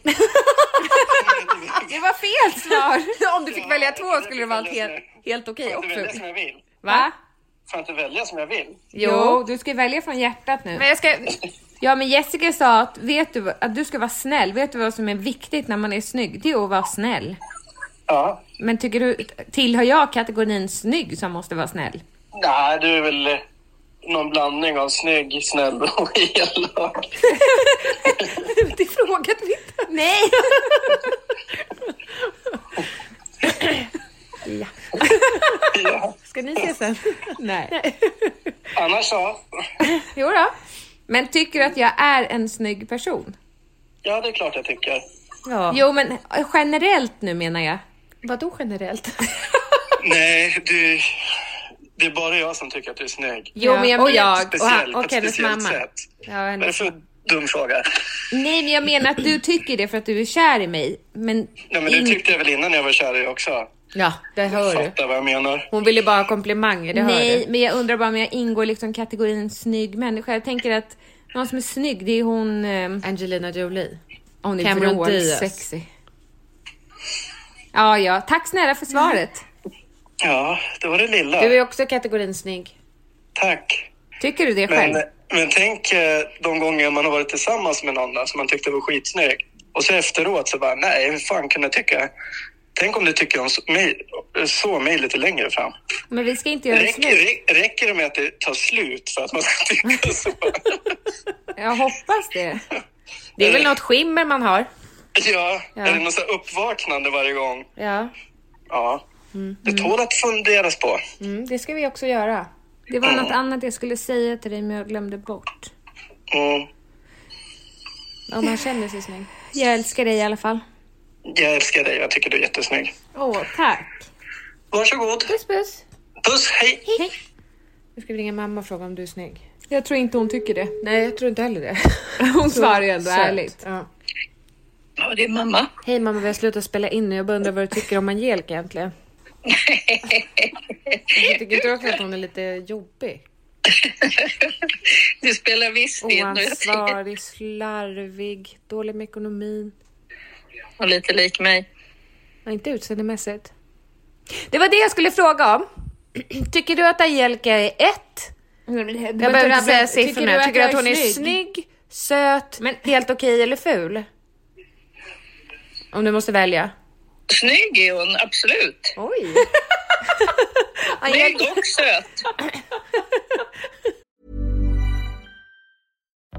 Speaker 2: Det var fel svar. Om du fick välja två skulle det vara
Speaker 4: Eller-
Speaker 2: helt, helt okej
Speaker 4: Får jag inte
Speaker 2: och
Speaker 4: välja som
Speaker 2: ful.
Speaker 4: jag vill?
Speaker 2: Va?
Speaker 4: Får jag inte välja som jag vill?
Speaker 2: Jo.
Speaker 1: du ska välja från hjärtat nu.
Speaker 2: Men jag ska...
Speaker 1: Ja, men Jessica sa att, vet du, vad- att du ska vara snäll. Vet du vad som är viktigt när man är snygg? Det är att vara snäll.
Speaker 4: Ja.
Speaker 1: Men tycker du, tillhör jag kategorin snygg som måste vara snäll?
Speaker 4: Nej, du är väl eh, någon blandning av snygg, snäll och elak.
Speaker 2: Det frågade vi inte. Nej.
Speaker 4: Ja.
Speaker 1: Ska ni se sen? Nej.
Speaker 4: Annars så.
Speaker 1: Jo då. Men tycker du att jag är en snygg person?
Speaker 4: Ja, det är klart jag tycker.
Speaker 2: Ja.
Speaker 1: Jo, men eh, generellt nu menar jag.
Speaker 2: Vadå generellt?
Speaker 4: Nej, du... Det är bara jag som tycker att du är snygg.
Speaker 1: Jo,
Speaker 2: Ja,
Speaker 1: men jag,
Speaker 2: och
Speaker 1: men-
Speaker 2: jag.
Speaker 1: och,
Speaker 4: Speciellt,
Speaker 1: och
Speaker 4: på ett
Speaker 1: hennes
Speaker 4: speciellt
Speaker 1: mamma.
Speaker 4: sätt.
Speaker 1: Ja,
Speaker 4: Vad är det
Speaker 1: hennes,
Speaker 4: för dum fråga?
Speaker 1: nej, men jag menar att du tycker det för att du är kär i mig. Men,
Speaker 4: Ja, men det
Speaker 1: in-
Speaker 4: tyckte jag väl innan jag var kär i dig också.
Speaker 2: Ja, det hör du.
Speaker 4: Fattar vad jag menar.
Speaker 2: Hon ville bara ha komplimanger, det hör
Speaker 1: Nej,
Speaker 2: du.
Speaker 1: men jag undrar bara om jag ingår liksom kategorin snygg människa. Jag tänker att någon som är snygg, det är hon... ehm,
Speaker 2: Angelina Jolie.
Speaker 1: hon är
Speaker 2: Cameron Diaz.
Speaker 1: vrålsexy. Ja, ja. Tack snälla för svaret.
Speaker 4: Ja, det var det lilla.
Speaker 2: Du är också kategorin snygg.
Speaker 4: Tack.
Speaker 1: Tycker du det själv?
Speaker 4: Men, men tänk eh, de gånger man har varit tillsammans med någon där som man tyckte var skitsnygg. Och så efteråt så bara, nej, hur fan kunde jag tycka? Tänk om du tycker om så mig, så mig lite längre fram.
Speaker 1: Men vi ska inte göra det
Speaker 4: Räcker,
Speaker 1: slut.
Speaker 4: rä- räcker det med att det tar slut för att man ska tycka så?
Speaker 1: Jag hoppas det.
Speaker 2: Det är väl något skimmer man har?
Speaker 4: ja, är det något så här uppvaknande varje gång?
Speaker 2: Ja,
Speaker 4: Ja, det tål att funderas på.
Speaker 2: mm, det ska vi också göra.
Speaker 1: Det var något annat jag skulle säga till dig, men jag glömde bort.
Speaker 4: Mm.
Speaker 2: Om man känner sig snygg.
Speaker 1: Jag älskar dig i alla fall.
Speaker 4: Jag älskar dig, jag tycker du är jättesnygg.
Speaker 1: Åh, tack.
Speaker 4: Varsågod.
Speaker 2: Puss puss!
Speaker 4: Puss, hej!
Speaker 2: Nu ska vi ringa mamma och fråga om du är snygg.
Speaker 1: Jag tror inte hon tycker det.
Speaker 2: Nej, jag tror inte heller det.
Speaker 1: Hon svarar ju ändå
Speaker 2: Söt.
Speaker 1: ärligt.
Speaker 2: Ja.
Speaker 3: Ja, det är mamma.
Speaker 2: Hej mamma, vi har slutat spela in nu. Jag bara undrar vad du tycker om Angelica egentligen? Jag tycker du också att hon är lite jobbig?
Speaker 3: Du spelar visst in och jag tycker
Speaker 2: Oansvarig, slarvig, dålig med ekonomin.
Speaker 3: hon är lite lik mig.
Speaker 2: Ja, inte utseendemässigt. Det var det jag skulle fråga om. Tycker du att Angelica är ett?
Speaker 1: Jag
Speaker 2: Jag behöver inte säga siffrorna. Tycker du att, hon är snygg, söt,
Speaker 1: Men-
Speaker 2: helt okej eller ful? Om du måste välja.
Speaker 3: Snygg är hon, absolut.
Speaker 2: Oj!
Speaker 3: Snygg och söt.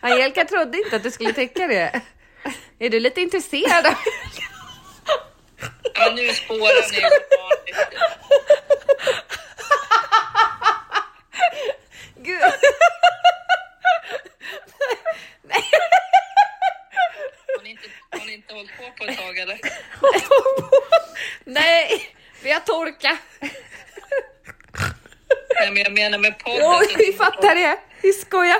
Speaker 2: Angelica trodde inte att du skulle täcka det. Är du lite intresserad av
Speaker 3: Ja, nu spårar ni som vanligt.
Speaker 2: Gud.
Speaker 3: Har ni inte, har ni inte hållit på på ett tag eller?
Speaker 2: Nej, vi har torka.
Speaker 3: Nej, men jag menar med podden.
Speaker 2: Oj,
Speaker 3: så-
Speaker 2: vi fattar det. Vi skojar.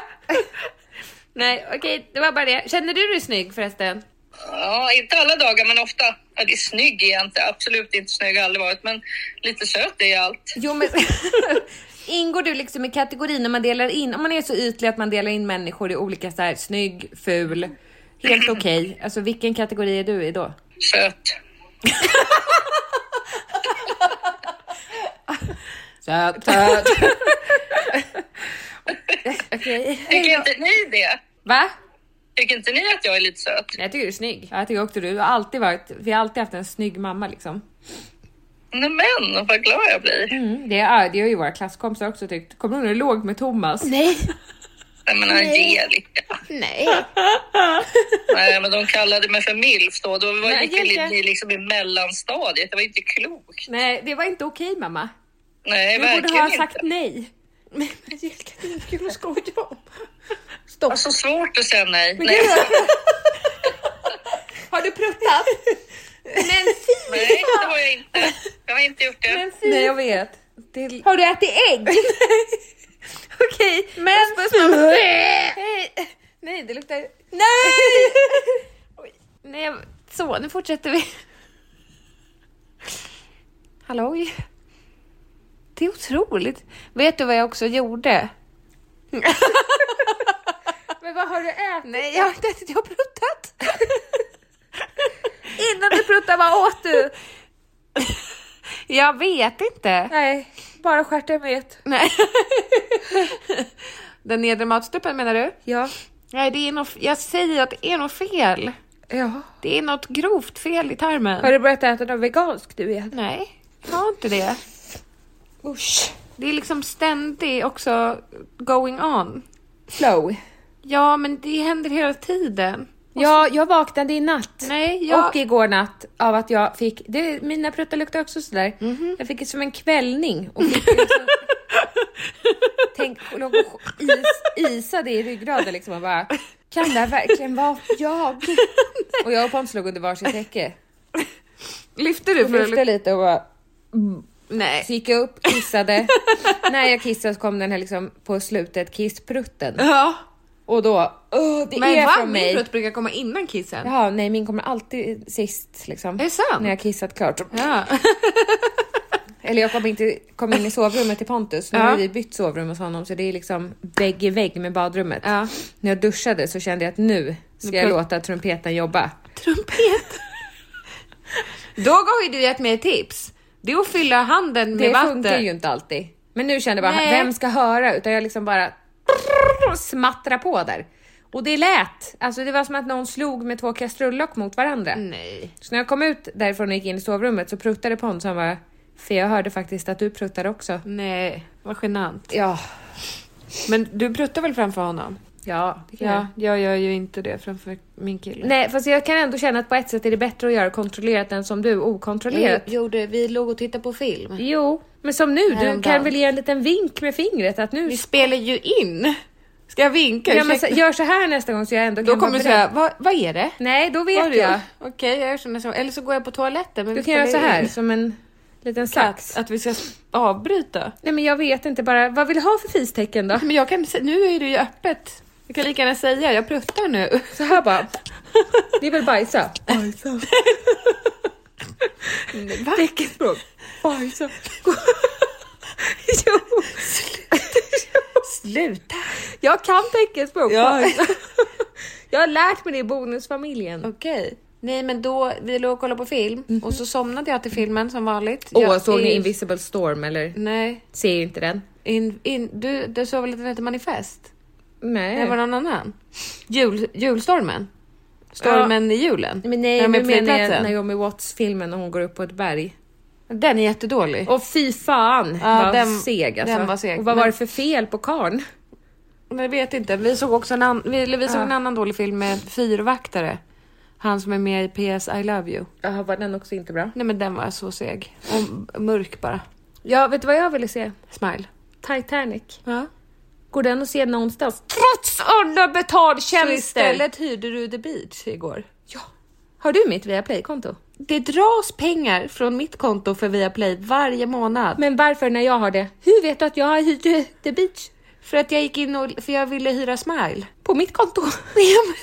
Speaker 2: Nej, okej, det var bara det. Känner du dig snygg förresten?
Speaker 3: Ja, inte alla dagar men ofta. Ja, det är snygg är jag inte, absolut inte snygg har jag aldrig varit, men lite söt är jag allt.
Speaker 2: Jo, men ingår du liksom i kategorin när man delar in, om man är så ytlig att man delar in människor i olika så här snygg, ful, helt okej. Alltså vilken kategori är du i då?
Speaker 3: Söt.
Speaker 2: Söt, söt. okej,
Speaker 3: Tycker
Speaker 2: hej då.
Speaker 3: inte ni det?
Speaker 2: Va?
Speaker 3: Tycker inte ni att jag är lite söt?
Speaker 2: Jag tycker du är snygg. Ja, jag tycker också du. Du har alltid varit, vi har alltid haft en snygg mamma liksom.
Speaker 3: Nej men, vad glad jag blir.
Speaker 2: Mm, det, är, det har ju våra klasskompisar också tyckt. Kommer du ihåg när du låg med Thomas? Nej.
Speaker 3: Nej men Angelica.
Speaker 1: Nej.
Speaker 3: Nej men de kallade mig för milf då, då var
Speaker 2: Nej,
Speaker 3: gick vi
Speaker 2: Angelica.
Speaker 3: li- liksom i mellanstadiet, det var inte klokt.
Speaker 2: Nej, det var inte okej mamma. Du
Speaker 3: Nej
Speaker 2: borde
Speaker 3: verkligen
Speaker 2: ha
Speaker 3: inte.
Speaker 2: sagt nej. Men Angelica, det är inte kul att skoja om. Stopp.
Speaker 3: Så svårt att säga nej. nej,
Speaker 2: Har du pruttat? Men fy!
Speaker 3: nej det har jag inte. Jag har inte gjort det.
Speaker 2: Nej, jag vet. Har du ätit ägg? Okej. Men Hej! Nej, det luktar... Nej! Oj. Nej, jag... Så, nu fortsätter vi. Halloj. Det är otroligt. Vet du vad jag också gjorde? Men vad har du ätit? Nej, jag har inte ätit. Jag har pruttat. Innan du pruttade, vad åt du? Jag vet inte.
Speaker 1: Nej, bara stjärten vet.
Speaker 2: Nej. Den nedre matstrupen menar du?
Speaker 1: Ja.
Speaker 2: Nej, det är något, jag säger att det är något fel.
Speaker 1: ja.
Speaker 2: Det är något grovt fel i tarmen.
Speaker 1: Har du börjat äta något veganskt nu igen?
Speaker 2: Nej, jag har inte det.
Speaker 1: Usch.
Speaker 2: Det är liksom ständigt också going on.
Speaker 1: Flow.
Speaker 2: Ja, men det händer hela tiden.
Speaker 1: Ja, jag vaknade i natt.
Speaker 2: Nej, jag...
Speaker 1: Och igår natt av att jag fick, det, mina pruttar luktar också sådär. Jag fick det som en kvällning. Och fick liksom, tänk, och låg och is, isade i ryggraden liksom och bara, kan det här verkligen vara jag? och jag och Pons låg under varsitt täcke.
Speaker 2: Lyfter du
Speaker 1: Och
Speaker 2: för att
Speaker 1: lyfte lite och bara,
Speaker 2: Nej.
Speaker 1: så gick jag upp, kissade. När jag kissade så kom den här liksom på slutet, kissprutten.
Speaker 2: Ja.
Speaker 1: Och då, åh, det
Speaker 2: Men
Speaker 1: är
Speaker 2: vad?
Speaker 1: från
Speaker 2: Min
Speaker 1: mig.
Speaker 2: prutt brukar komma innan kissen.
Speaker 1: Jaha, nej min kommer alltid sist liksom.
Speaker 2: Är det sant?
Speaker 1: När jag kissat klart.
Speaker 2: Ja.
Speaker 1: Eller jag kom, inte, kom in i sovrummet till Pontus. Nu
Speaker 2: Ja.
Speaker 1: har vi bytt sovrum hos honom så det är liksom vägg i vägg med badrummet.
Speaker 2: Ja.
Speaker 1: När jag duschade så kände jag att nu ska jag
Speaker 2: plut-
Speaker 1: låta trumpeten jobba.
Speaker 2: Trumpet. Då har ju du gett mig ett tips. Det är att fylla handen med
Speaker 1: Det
Speaker 2: vatten.
Speaker 1: funkar ju inte alltid. Men nu kände jag bara,
Speaker 2: Nej.
Speaker 1: vem ska höra? Utan jag liksom bara smattra på där. Och det lät, alltså det var som att någon slog med två kastrullock mot varandra.
Speaker 2: Mm. Nej.
Speaker 1: Så när jag kom ut därifrån och gick in i sovrummet så pruttade Pontus han bara, för jag hörde faktiskt att du pruttade också.
Speaker 2: Mm. Nej, vad genant.
Speaker 1: Ja,
Speaker 2: Men du pruttar väl framför honom?
Speaker 1: ja, det kan jag.
Speaker 2: Ja, jag gör ju inte det framför min kille.
Speaker 1: Nej, fast jag kan ändå känna att på ett sätt är det bättre att göra kontrollerat än som du okontrollerat. Jo,
Speaker 2: gjorde, vi låg och tittade på film.
Speaker 1: men som nu, du
Speaker 2: Häromdagen.
Speaker 1: kan väl ge en liten vink med fingret att nu...
Speaker 2: Vi spelar ju in. Ska jag vinka?
Speaker 1: Ja, men, så,
Speaker 2: Ursäkta.
Speaker 1: gör så här nästa gång så jag ändå
Speaker 2: Då
Speaker 1: kan vara
Speaker 2: kommer du
Speaker 1: beredd.
Speaker 2: säga, vad, vad är det?
Speaker 1: Nej, då vet
Speaker 2: Vad har du
Speaker 1: jag.
Speaker 2: gjort? Okej, jag erkänner så. Eller så går jag på toaletten. Men
Speaker 1: Du
Speaker 2: vi
Speaker 1: kan göra så
Speaker 2: spelar
Speaker 1: här,
Speaker 2: in.
Speaker 1: som en liten sax.
Speaker 2: Att, att vi ska s- avbryta.
Speaker 1: Nej, men jag vet inte bara. Vad vill du ha för fistecken då?
Speaker 2: Men jag kan, se- nu är det ju öppet. Jag kan lika gärna säga, jag pruttar nu.
Speaker 1: Så här bara. Det är väl bajsa?
Speaker 2: Va?
Speaker 1: Teckenspråk. Bajsa. jo.
Speaker 2: Sluta!
Speaker 1: Jag kan teckenspråk.
Speaker 2: Ja.
Speaker 1: Bajsa. Jag har lärt mig det i Bonusfamiljen.
Speaker 2: Okej. Nej men då, vi låg och kollade på film och så somnade jag till filmen som vanligt.
Speaker 1: Mhm. Åh,
Speaker 2: Jag-
Speaker 1: såg ni
Speaker 2: i-
Speaker 1: Invisible Storm eller?
Speaker 2: Nej.
Speaker 1: Ser ju inte den.
Speaker 2: In, in, du, du såg väl att den hette Manifest?
Speaker 1: Nej.
Speaker 2: Det var någon annan. Jul, julstormen. Stormen i julen.
Speaker 1: Men
Speaker 2: När
Speaker 1: nej,
Speaker 2: de är
Speaker 1: nu
Speaker 2: på
Speaker 1: menar jag
Speaker 2: flygplatsen.
Speaker 1: Naomi Watts-filmen när hon går upp på ett berg.
Speaker 2: Den är jättedålig.
Speaker 1: Och fy fan
Speaker 2: Ja,
Speaker 1: vad
Speaker 2: den-
Speaker 1: seg alltså.
Speaker 2: den var seg,
Speaker 1: Och vad var
Speaker 2: men-
Speaker 1: det för fel på karn?
Speaker 2: Men jag vet inte. Vi såg också en, an- vi, eller vi såg en annan dålig film med fyrvaktare. Han som är med i PS I Love You.
Speaker 1: Jaha, var den också inte bra?
Speaker 2: Nej men den var så seg. Och mörk bara.
Speaker 1: Ja, vet du vad jag ville se?
Speaker 2: Smile.
Speaker 1: Titanic.
Speaker 2: Ja.
Speaker 1: Går den att se någonstans? Trots
Speaker 2: Så
Speaker 1: underbetaltjänster!
Speaker 2: istället hyrde du The Beach igår.
Speaker 1: Har du mitt Viaplay-konto?
Speaker 2: Det dras pengar från mitt konto för Viaplay varje månad.
Speaker 1: Men varför när jag har det? Hur vet du att jag har hyrt The Beach?
Speaker 2: För att jag gick in och för jag ville hyra Smile.
Speaker 1: På mitt konto?
Speaker 2: Jag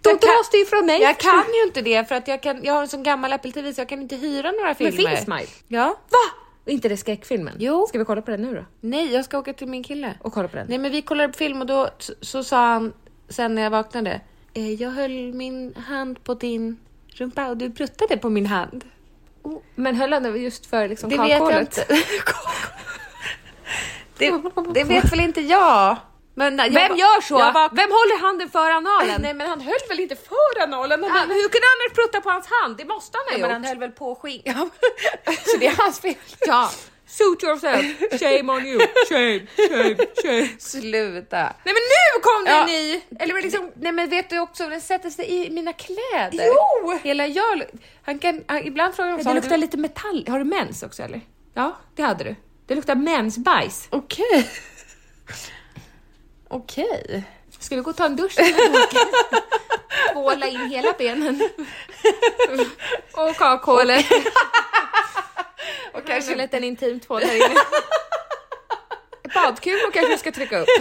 Speaker 1: De
Speaker 2: kan-
Speaker 1: dras det ju från mig!
Speaker 2: Jag kan ju inte det för att jag, kan, jag har en sån gammal Apple TV så jag kan inte hyra några
Speaker 1: Men
Speaker 2: filmer.
Speaker 1: finns Smile?
Speaker 2: Ja.
Speaker 1: Va? Inte det skräckfilmen?
Speaker 2: Jo.
Speaker 1: Ska vi kolla på den nu då?
Speaker 2: Nej, jag ska åka till min kille.
Speaker 1: Och kolla på den?
Speaker 2: Nej men vi kollade på film och då så, så sa han sen när jag vaknade. "Eh, Jag höll min hand på din rumpa och du pruttade på min hand.
Speaker 1: Oh, Men höll han det just för liksom
Speaker 2: Det vet jag
Speaker 1: kakhålet?
Speaker 2: inte. det, det vet väl inte jag. Men jag
Speaker 1: Vem
Speaker 2: va-
Speaker 1: gör så?
Speaker 2: Jag vak-
Speaker 1: Vem håller handen för analen?
Speaker 2: Nej, men han
Speaker 1: höll väl inte för analen?
Speaker 2: Han-
Speaker 1: hur kunde han ens prutta på hans hand? Det måste han ha
Speaker 2: Ja,
Speaker 1: gjort.
Speaker 2: men han höll väl på skink.
Speaker 1: Så det är hans fel. Ja. Suit yourself. Shame on you. Shame, shame, shame.
Speaker 2: Sluta.
Speaker 1: Nej men nu kom det
Speaker 2: Ja.
Speaker 1: en ny! Eller var det liksom...
Speaker 2: Nej men vet du också, den sätter sig i mina kläder.
Speaker 1: Jo!
Speaker 2: Hela jag... Han kan... Han, ibland frågar de
Speaker 1: Det luktar lite metall. Har du mens också eller? Ja, det hade du. Det luktar mensbajs.
Speaker 2: Okej. Okej.
Speaker 1: Ska vi gå och ta en dusch innan du åker? Tvåla in hela benen. Och kakhålet.
Speaker 2: Och
Speaker 1: Kanske en
Speaker 2: kanske...
Speaker 1: liten intim tvål här inne. Badkulor kanske du ska trycka upp.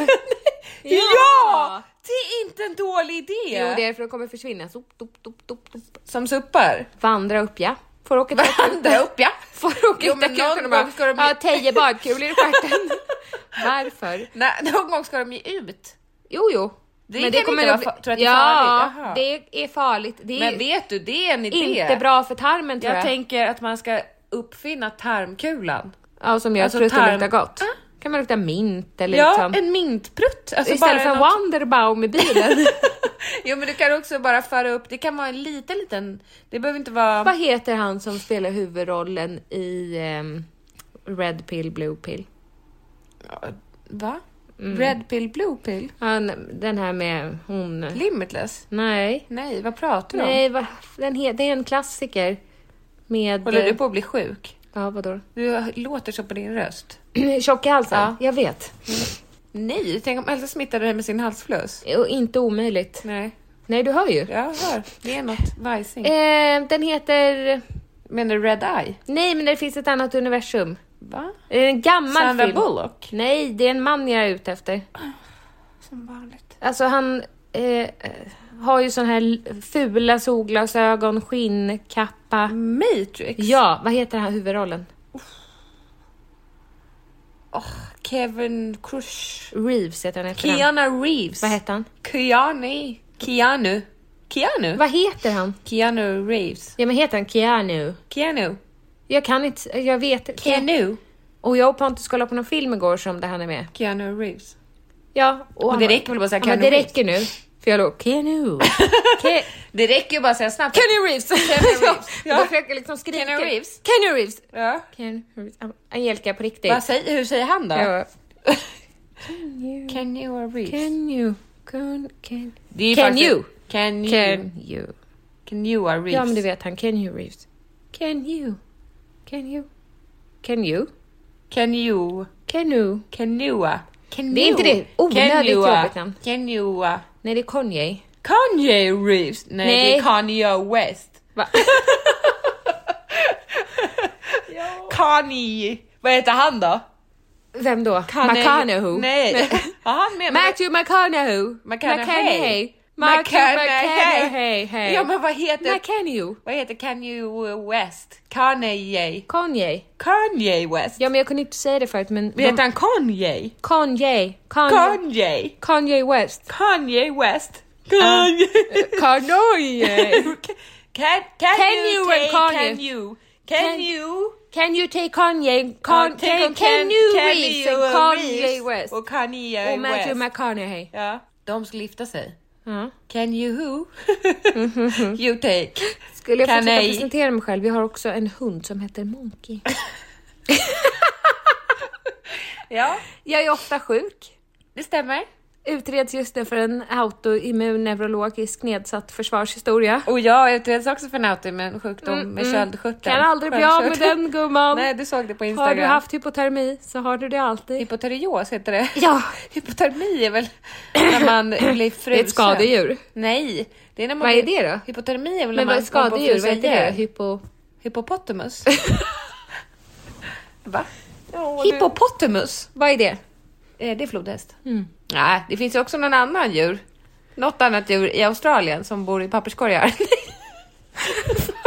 Speaker 2: Ja! Det är inte en dålig idé!
Speaker 1: Jo, det är för de kommer försvinna. Sop, dop, dop, dop, dop.
Speaker 2: Som suppar.
Speaker 1: Vandra upp ja. Får åka till
Speaker 2: Vandra upp, ja.
Speaker 1: Får åka
Speaker 2: Jo,
Speaker 1: till
Speaker 2: men någon
Speaker 1: akuten och bara,
Speaker 2: gång ska de-
Speaker 1: ja, tio badkulor i stjärten. Varför?
Speaker 2: Nej, någon gång ska de ju ut.
Speaker 1: Jo, jo.
Speaker 2: Det kan inte
Speaker 1: nog
Speaker 2: vara fa-
Speaker 1: bli-
Speaker 2: tror att det är
Speaker 1: ja,
Speaker 2: farligt. Jaha.
Speaker 1: det är farligt. Det är
Speaker 2: Men vet du, det är en idé.
Speaker 1: inte bra för tarmen tror
Speaker 2: Jag
Speaker 1: jag.
Speaker 2: tänker att man ska uppfinna tarmkulan.
Speaker 1: ja, som gör
Speaker 2: Alltså,
Speaker 1: att pruten
Speaker 2: tarm-
Speaker 1: luktar gott.
Speaker 2: Ja.
Speaker 1: Kan man lukta mint eller
Speaker 2: Ja,
Speaker 1: liksom.
Speaker 2: en mintprutt. Alltså
Speaker 1: Istället för
Speaker 2: bara något-
Speaker 1: Wonderbaum i bilen.
Speaker 2: Jo men du kan också bara föra upp, det kan vara en liten liten, det behöver inte vara...
Speaker 1: Vad heter han som spelar huvudrollen i ehm, Red pill, blue pill?
Speaker 2: Va?
Speaker 1: Mm.
Speaker 2: Red pill, blue pill?
Speaker 1: Han, den här med hon...
Speaker 2: Limitless?
Speaker 1: Nej.
Speaker 2: Nej, vad pratar du om?
Speaker 1: Nej, va, den he, det är en klassiker. Med...
Speaker 2: Håller du på att bli sjuk?
Speaker 1: Ja, vadå?
Speaker 2: Du låter så på din röst.
Speaker 1: Tjock i halsen?
Speaker 2: Ja.
Speaker 1: Jag vet.
Speaker 2: Nej, tänk om Elsa smittade dig med sin halsfluss?
Speaker 1: Och inte omöjligt.
Speaker 2: Nej,
Speaker 1: Nej, du hör ju.
Speaker 2: jag hör. Det är något vajsing.
Speaker 1: Eh, den heter...
Speaker 2: Menar du Red Eye?
Speaker 1: Nej, men det finns ett annat universum.
Speaker 2: Va?
Speaker 1: Det är En gammal
Speaker 2: Sandra
Speaker 1: film.
Speaker 2: Bullock?
Speaker 1: Nej, det är en man jag är ute efter.
Speaker 2: Som vanligt.
Speaker 1: Alltså han eh, har ju sån här fula solglasögon, skinnkappa.
Speaker 2: Matrix?
Speaker 1: Ja, vad heter han huvudrollen?
Speaker 2: Kevin Crush?
Speaker 1: Reeves heter han efter namn.
Speaker 2: Keanu Reeves?
Speaker 1: Vad heter han?
Speaker 2: Keanu? Keanu? Keanu?
Speaker 1: Vad heter han?
Speaker 2: Keanu Reeves?
Speaker 1: Ja men heter han Keanu?
Speaker 2: Keanu?
Speaker 1: Jag kan inte, jag vet inte.
Speaker 2: Keanu?
Speaker 1: Och jag och Pontus kollade på någon film igår som där han är med.
Speaker 2: Keanu Reeves.
Speaker 1: Ja, och
Speaker 2: Men
Speaker 1: han
Speaker 2: det
Speaker 1: var-
Speaker 2: räcker väl bara att säga
Speaker 1: ja, men
Speaker 2: Keanu
Speaker 1: det
Speaker 2: Reeves?
Speaker 1: räcker nu. För jag låg Keanu. Ke-
Speaker 2: Det räcker ju bara att säga snabbt.
Speaker 1: Keanu Reeves!
Speaker 2: Keanu Reeves.
Speaker 1: Jag försöker liksom skrika.
Speaker 2: Keanu Reeves.
Speaker 1: Keanu Reeves!
Speaker 2: Ja.
Speaker 1: Keanu Reeves. Angelica på riktigt.
Speaker 2: Vad säger, hur säger han då?
Speaker 1: Ja.
Speaker 2: Keanu Reeves.
Speaker 1: Can you? Can, can,
Speaker 2: Det är ju
Speaker 1: Can
Speaker 2: faktiskt-
Speaker 1: you?
Speaker 2: Can you?
Speaker 1: can
Speaker 2: Keanu
Speaker 1: you?
Speaker 2: Reeves.
Speaker 1: Ja men du vet han, Can you Reeves? Can you? Can you? Can you?
Speaker 2: Can you?
Speaker 1: Can you?
Speaker 2: Kenua. Kenua.
Speaker 1: Det är inte det. Onödigt jobbigt namn.
Speaker 2: Kenua.
Speaker 1: Nej det är Kanye.
Speaker 2: Kanye Reeves. Nej, det
Speaker 1: Nej.
Speaker 2: är Kanye West.
Speaker 1: Va?
Speaker 2: Kanye. Vad heter han då?
Speaker 1: Vem då?
Speaker 2: Kanye-
Speaker 1: McConaughey?
Speaker 2: Nej. Ja, han menar...
Speaker 1: Matthew McConaughey?
Speaker 2: McConaughey.
Speaker 1: hey, hey.
Speaker 2: Ja, men vad heter...
Speaker 1: McCann
Speaker 2: Vad heter Kanye West? Kanye.
Speaker 1: Kanye.
Speaker 2: Kanye West.
Speaker 1: Ja, men jag kunde inte säga det förut, men...
Speaker 2: Vet han Kanye?
Speaker 1: Kanye. Kanye.
Speaker 2: Kanye.
Speaker 1: Kanye West.
Speaker 2: Kanye West. Kanye.
Speaker 1: Kanye.
Speaker 2: can, can,
Speaker 1: Can
Speaker 2: you,
Speaker 1: you
Speaker 2: take,
Speaker 1: and Kanye.
Speaker 2: Can you? Can,
Speaker 1: Can-
Speaker 2: you?
Speaker 1: Can you take Kanye? Con,
Speaker 2: uh, take
Speaker 1: can,
Speaker 2: on
Speaker 1: can you
Speaker 2: Can
Speaker 1: Reeves
Speaker 2: you,
Speaker 1: and
Speaker 2: uh,
Speaker 1: Kanye
Speaker 2: Reeves
Speaker 1: West?
Speaker 2: Och Kanye
Speaker 1: Och Matthew
Speaker 2: West.
Speaker 1: McConaughey.
Speaker 2: ja. Mm. De skulle gifta sig.
Speaker 1: Ja.
Speaker 2: Can you who? you take.
Speaker 1: Skulle jag
Speaker 2: Can
Speaker 1: fortsätta
Speaker 2: I-
Speaker 1: presentera mig själv? Jag har också en hund som heter Monkey.
Speaker 2: Ja,
Speaker 1: Jag är ofta sjuk.
Speaker 2: det stämmer.
Speaker 1: Utreds just nu för en autoimmun neurologisk nedsatt försvarshistoria.
Speaker 2: Och jag utreds också för en autoimmun sjukdom med köldskörteln.
Speaker 1: Mm, Kan aldrig bli av med
Speaker 2: Sköldkörteln.
Speaker 1: den gumman.
Speaker 2: Nej, du såg det på Instagram.
Speaker 1: Har du haft hypotermi så har du det alltid.
Speaker 2: Hypoterios heter det.
Speaker 1: Ja.
Speaker 2: Hypotermi är väl när man blir frusen.
Speaker 1: Det är ett skadedjur.
Speaker 2: Nej, det är när man
Speaker 1: Vad är
Speaker 2: blir-
Speaker 1: det då?
Speaker 2: Hypotermi är väl när
Speaker 1: Men vad
Speaker 2: man
Speaker 1: är skadedjur? Vad heter det? Hypo...
Speaker 2: Hippopotamus. Va?
Speaker 1: du-
Speaker 2: Hippopotamus?
Speaker 1: Vad är det?
Speaker 2: Eh, det är flodhäst. Nej, det finns ju också någon annan djur. Något annat djur i Australien som bor i papperskorgar.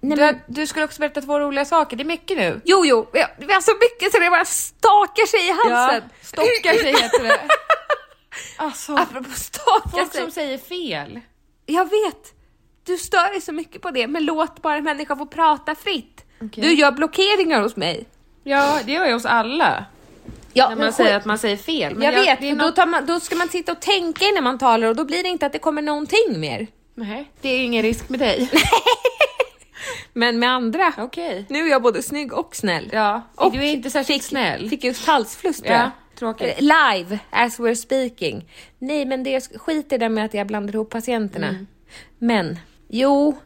Speaker 2: du, du skulle också berätta två roliga saker, det är mycket nu.
Speaker 1: Jo, jo, vi har- vi har så mycket så det bara stakar sig i halsen.
Speaker 2: Stockar sig heter det.
Speaker 1: Alltså, Apropå staka
Speaker 2: Folk
Speaker 1: sig.
Speaker 2: som säger fel.
Speaker 1: Jag vet! Du stör dig så mycket på det, men låt bara människor få prata fritt. Du gör blockeringar hos mig.
Speaker 2: Ja, det gör ju oss alla.
Speaker 1: Ja,
Speaker 2: När man säger att man säger fel.
Speaker 1: jag, vet,
Speaker 2: det är
Speaker 1: men då,
Speaker 2: något-
Speaker 1: tar man, då ska man sitta och tänka innan man talar och då blir det inte att det kommer någonting mer.
Speaker 2: Nej, det är ingen risk med dig.
Speaker 1: Men med andra.
Speaker 2: Okej.
Speaker 1: Nu är jag både snygg och snäll.
Speaker 2: Ja,
Speaker 1: Och
Speaker 2: du är inte särskilt snäll.
Speaker 1: Fick just halsfluss tror
Speaker 2: Ja,
Speaker 1: jag.
Speaker 2: tråkigt.
Speaker 1: Eh, Live, as we're speaking. Nej, men det är, skit i det med att jag blandar ihop patienterna.
Speaker 2: Mm.
Speaker 1: Men, jo.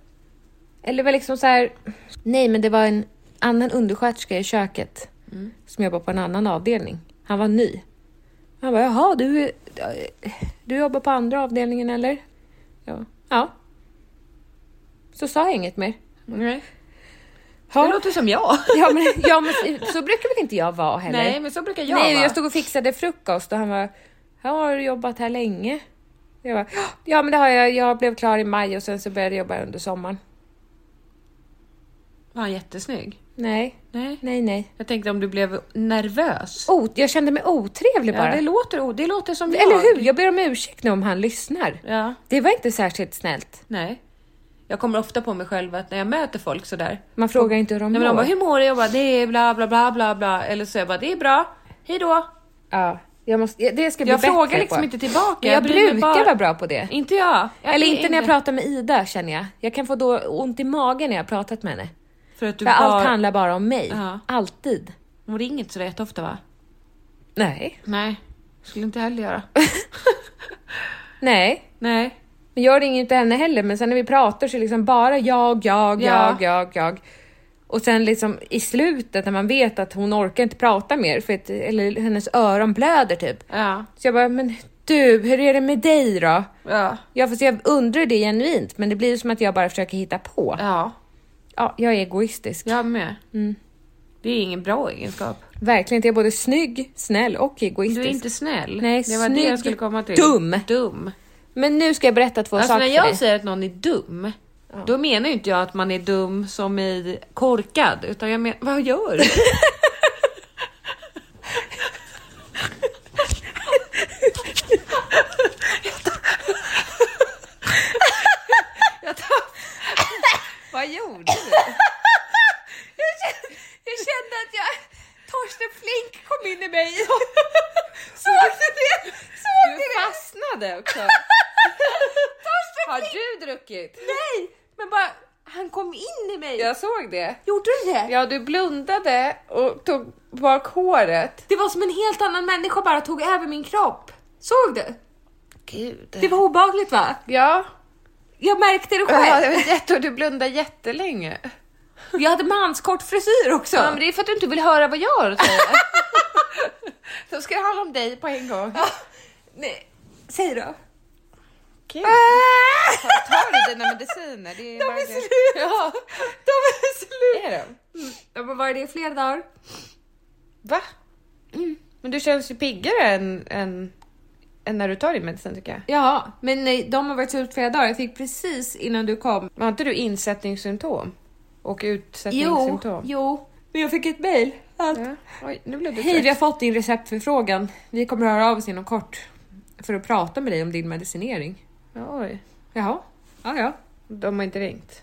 Speaker 1: Eller väl liksom så här. Nej, men det var en annan undersköterska i köket
Speaker 2: Mm.
Speaker 1: som jobbar på en annan avdelning. Han var ny. Han bara, jaha, du, eh, du jobbar på andra avdelningen eller? Ja. ja. Så sa jag inget mer.
Speaker 2: Nej.
Speaker 1: Ja.
Speaker 2: Det låter som jag.
Speaker 1: Ja men, ja, men så brukar väl inte jag vara heller?
Speaker 2: Nej, men så brukar jag
Speaker 1: Nej,
Speaker 2: vara.
Speaker 1: jag stod och fixade frukost och han var har du jobbat här länge? Jag bara, ja men det har jag, jag blev klar i maj och sen så började jag jobba under sommaren.
Speaker 2: Var han jättesnygg?
Speaker 1: Nej,
Speaker 2: Nej.
Speaker 1: nej, nej.
Speaker 2: Jag tänkte om du blev nervös.
Speaker 1: Oh, jag kände mig otrevlig
Speaker 2: Ja,
Speaker 1: bara.
Speaker 2: det, låter, o- det låter som jag.
Speaker 1: Eller hur? Jag ber om ursäkt nu om han lyssnar.
Speaker 2: Ja,
Speaker 1: Det var inte särskilt snällt.
Speaker 2: nej. Jag kommer ofta på mig själv att när jag möter folk sådär.
Speaker 1: Man frågar inte hur de
Speaker 2: Nej, men
Speaker 1: mår.
Speaker 2: de bara, hur mår du? Jag bara, det är bla bla bla bla bla. Eller så jag bara, det är bra. Hej då.
Speaker 1: Ja, jag måste, det ska jag bli
Speaker 2: Jag frågar
Speaker 1: bättre
Speaker 2: liksom
Speaker 1: på.
Speaker 2: inte tillbaka,
Speaker 1: Men Jag,
Speaker 2: jag bryr mig
Speaker 1: brukar
Speaker 2: bara.
Speaker 1: vara bra på det.
Speaker 2: Inte jag. jag
Speaker 1: Eller
Speaker 2: är
Speaker 1: inte, när jag pratar med Ida känner jag. Jag kan få då ont i magen när jag har pratat med henne.
Speaker 2: För att du
Speaker 1: För allt
Speaker 2: bara-
Speaker 1: handlar bara om mig.
Speaker 2: Ja.
Speaker 1: Alltid.
Speaker 2: Hon ringer inte så jätteofta va?
Speaker 1: Nej.
Speaker 2: Nej. Skulle inte heller göra.
Speaker 1: Nej.
Speaker 2: nej.
Speaker 1: Men jag ringer inte henne heller, men sen när vi pratar så är det liksom bara jag, jag,
Speaker 2: Ja.
Speaker 1: jag, jag, jag. Och sen liksom i slutet när man vet att hon orkar inte prata mer, för att, eller hennes öron blöder typ.
Speaker 2: Ja.
Speaker 1: Så jag bara, men du, hur är det med dig då?
Speaker 2: Ja.
Speaker 1: Ja, fast jag undrar det genuint, men det blir ju som att jag bara försöker hitta på.
Speaker 2: Ja.
Speaker 1: Ja, Mm. jag är egoistisk.
Speaker 2: Jag med. Det är ingen bra egenskap.
Speaker 1: Verkligen inte. Jag är både snygg, snäll och
Speaker 2: Du
Speaker 1: egoistisk.
Speaker 2: är inte snäll.
Speaker 1: Nej,
Speaker 2: det var det
Speaker 1: snygg,
Speaker 2: jag skulle komma till.
Speaker 1: dum.
Speaker 2: Dum.
Speaker 1: Men nu ska jag berätta två
Speaker 2: Alltså
Speaker 1: saker
Speaker 2: när
Speaker 1: för
Speaker 2: jag
Speaker 1: dig.
Speaker 2: säger att någon är dum, då menar ju inte jag att man är dum som i korkad, utan jag menar, vad gör du? Jag tapp- Vad gjorde du?
Speaker 1: Jag kände att jag... Torsten Flink kom in i mig. Såg du det? Såg
Speaker 2: Du fastnade också.
Speaker 1: Torsten
Speaker 2: Har du druckit?
Speaker 1: Nej, men bara... Han kom in i mig.
Speaker 2: Jag såg det.
Speaker 1: Gjorde du det?
Speaker 2: Ja, du blundade och tog bak håret.
Speaker 1: Det var som en helt annan människa bara tog över min kropp. Såg du?
Speaker 2: Gud.
Speaker 1: Det var obehagligt va?
Speaker 2: Ja.
Speaker 1: Jag märkte det
Speaker 2: Ja, det
Speaker 1: själv.
Speaker 2: var jätte, och du blundade jättelänge.
Speaker 1: Jag hade manskort frisyr också.
Speaker 2: Ja, men det är för att du inte vill höra vad jag har att säga. Då ska det handla om dig på en gång.
Speaker 1: Nej. Säg då. Äh!
Speaker 2: Gud. Tar du dina mediciner? Det är
Speaker 1: De
Speaker 2: bara
Speaker 1: är
Speaker 2: det.
Speaker 1: slut! Ja. De är slut!
Speaker 2: Är de?
Speaker 1: De har varit det i flera dagar.
Speaker 2: Mm. Va? Men du känns ju piggare än, än
Speaker 1: än när du tar din medicin tycker jag.
Speaker 2: Ja, men nej, de har varit slut flera dagar. Jag fick precis innan du kom.
Speaker 1: Men har inte du insättningssymptom? Och
Speaker 2: Jo,
Speaker 1: utsättningssymptom?
Speaker 2: jo. Men jag fick ett mejl. Att
Speaker 1: Ja. Oj, nu blev du
Speaker 2: Hej, vi har
Speaker 1: trött.
Speaker 2: fått din receptförfrågan. Vi kommer höra av oss inom kort för att prata med dig om din medicinering.
Speaker 1: Ja, oj.
Speaker 2: Jaha, ja, ja.
Speaker 1: De har inte ringt.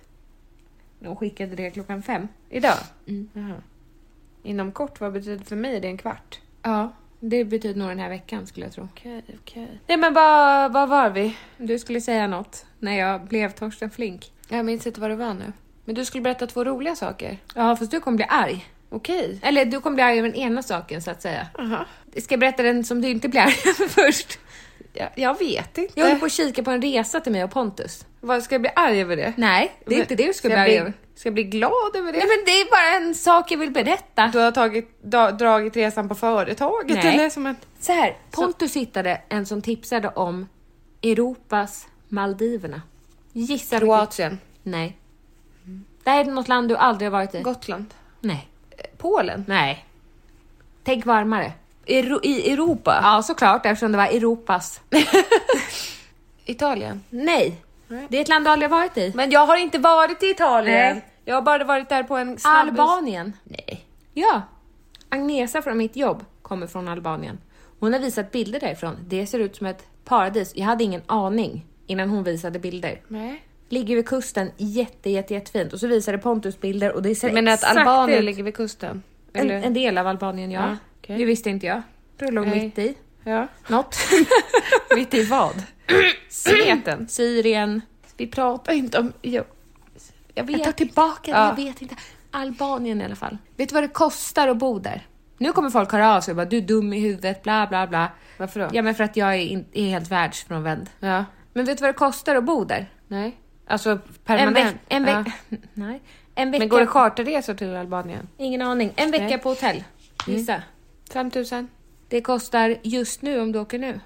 Speaker 2: De skickade det klockan fem.
Speaker 1: Idag?
Speaker 2: Mm.
Speaker 1: Jaha. Inom kort, vad betyder för mig? Det är en kvart.
Speaker 2: Ja, det betyder nog den här veckan skulle jag tro.
Speaker 1: Okej, okej.
Speaker 2: Nej, men vad vad var vi? Du skulle säga något när jag blev Torsten Flink.
Speaker 1: Jag minns inte vad det var nu. Men du skulle berätta två roliga saker.
Speaker 2: Ja, fast du kommer bli arg.
Speaker 1: Okej.
Speaker 2: Eller du kommer bli arg över den ena saken så att säga. Ska jag berätta den som du inte blir arg över först?
Speaker 1: Jag, jag vet inte.
Speaker 2: Jag håller på att kika på en resa till mig och Pontus.
Speaker 1: Vad, ska jag bli arg över det?
Speaker 2: Nej, det är inte det du ska bli arg över.
Speaker 1: Ska jag bli glad över det?
Speaker 2: Nej men det är bara en sak jag vill berätta.
Speaker 1: Du har tagit, da, dragit resan på företaget
Speaker 2: Nej.
Speaker 1: eller? Som att,
Speaker 2: Så här, Pontus hittade en som tipsade om Europas Maldiverna. Gissa vilket...
Speaker 1: Kroatien.
Speaker 2: Nej. Det här är något land du aldrig har varit i.
Speaker 1: Gotland.
Speaker 2: Nej.
Speaker 1: Polen.
Speaker 2: Nej. Tänk varmare.
Speaker 1: Euro, I Europa.
Speaker 2: Ja, såklart eftersom det var Europas.
Speaker 1: Italien.
Speaker 2: Nej. Det är ett land du aldrig har varit i.
Speaker 1: Men jag har inte varit i Italien.
Speaker 2: Nej.
Speaker 1: Jag har bara varit där på en snabbis.
Speaker 2: Albanien.
Speaker 1: Nej.
Speaker 2: Ja. Agnesa från mitt jobb kommer från Albanien. Hon har visat bilder därifrån. Det ser ut som ett paradis. Jag hade ingen aning innan hon visade bilder.
Speaker 1: Nej.
Speaker 2: Ligger vid kusten, jätte, jätte, jättefint. Och så visade Pontus bilder och det ser
Speaker 1: Men att
Speaker 2: exakt
Speaker 1: Albanien
Speaker 2: ut.
Speaker 1: ligger vid kusten?
Speaker 2: en,
Speaker 1: Eller?
Speaker 2: en del av Albanien, ja.
Speaker 1: Ja, okej.
Speaker 2: Det visste inte jag. Det låg
Speaker 1: Nej.
Speaker 2: mitt i
Speaker 1: Ja.
Speaker 2: något.
Speaker 1: Mitt i vad? Smeten.
Speaker 2: Syrien.
Speaker 1: Vi pratar inte om... Jag, jag vet
Speaker 2: Jag tar
Speaker 1: inte.
Speaker 2: tillbaka det,
Speaker 1: Ja.
Speaker 2: jag vet inte. Albanien i alla fall. Vet du vad det kostar att bo där? Nu kommer folk höra av sig och bara du är dum i huvudet, bla bla bla.
Speaker 1: Varför då?
Speaker 2: Ja men för att jag är, in, är helt världsfrånvänd.
Speaker 1: Ja.
Speaker 2: Men vet du vad det kostar att bo där?
Speaker 1: Nej. Alltså
Speaker 2: En, veck,
Speaker 1: permanent?
Speaker 2: en,
Speaker 1: ja.
Speaker 2: veck, nej. en vecka...
Speaker 1: Men går det charterresor till Albanien?
Speaker 2: Ingen aning. En vecka
Speaker 1: Nej.
Speaker 2: på hotell. Gissa.
Speaker 1: 5000
Speaker 2: Det kostar just nu om du åker nu.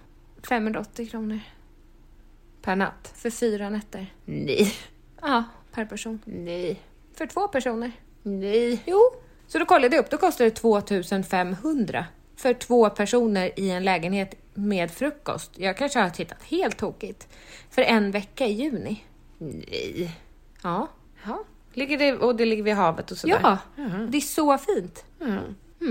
Speaker 1: 580 kronor. Per natt?
Speaker 2: För fyra nätter.
Speaker 1: Nej.
Speaker 2: Ja, per person.
Speaker 1: Nej.
Speaker 2: För två personer.
Speaker 1: Nej.
Speaker 2: Jo. Så då kollade jag upp. Då kostar det 2500 för två personer i en lägenhet med frukost. Jag kanske har tittat helt tokigt. För en vecka i juni.
Speaker 1: Nej.
Speaker 2: Ja.
Speaker 1: Ja. Ligger det, och det ligger vid havet och sådär?
Speaker 2: Ja, det är så fint.
Speaker 1: Mm.
Speaker 2: Mm.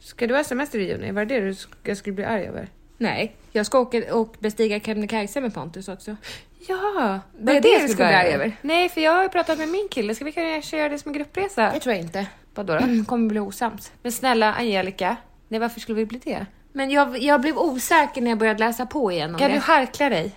Speaker 1: Ska du ha semester i juni? Var det det du sk- jag skulle bli arg över?
Speaker 2: Nej, jag ska åka och bestiga Kebnekaise med Pontus också.
Speaker 1: Ja,
Speaker 2: Var det det du skulle bli arg över?
Speaker 1: Nej, för jag har ju pratat med min kille. Ska vi kanske göra det som en gruppresa?
Speaker 2: tror jag inte. Mm,
Speaker 1: Vadå då?
Speaker 2: Kommer bli osams.
Speaker 1: Men snälla Angelica, nej varför skulle vi bli det?
Speaker 2: Men jag, jag blev osäker när jag började läsa på igen om
Speaker 1: Kan
Speaker 2: det.
Speaker 1: du harkla dig?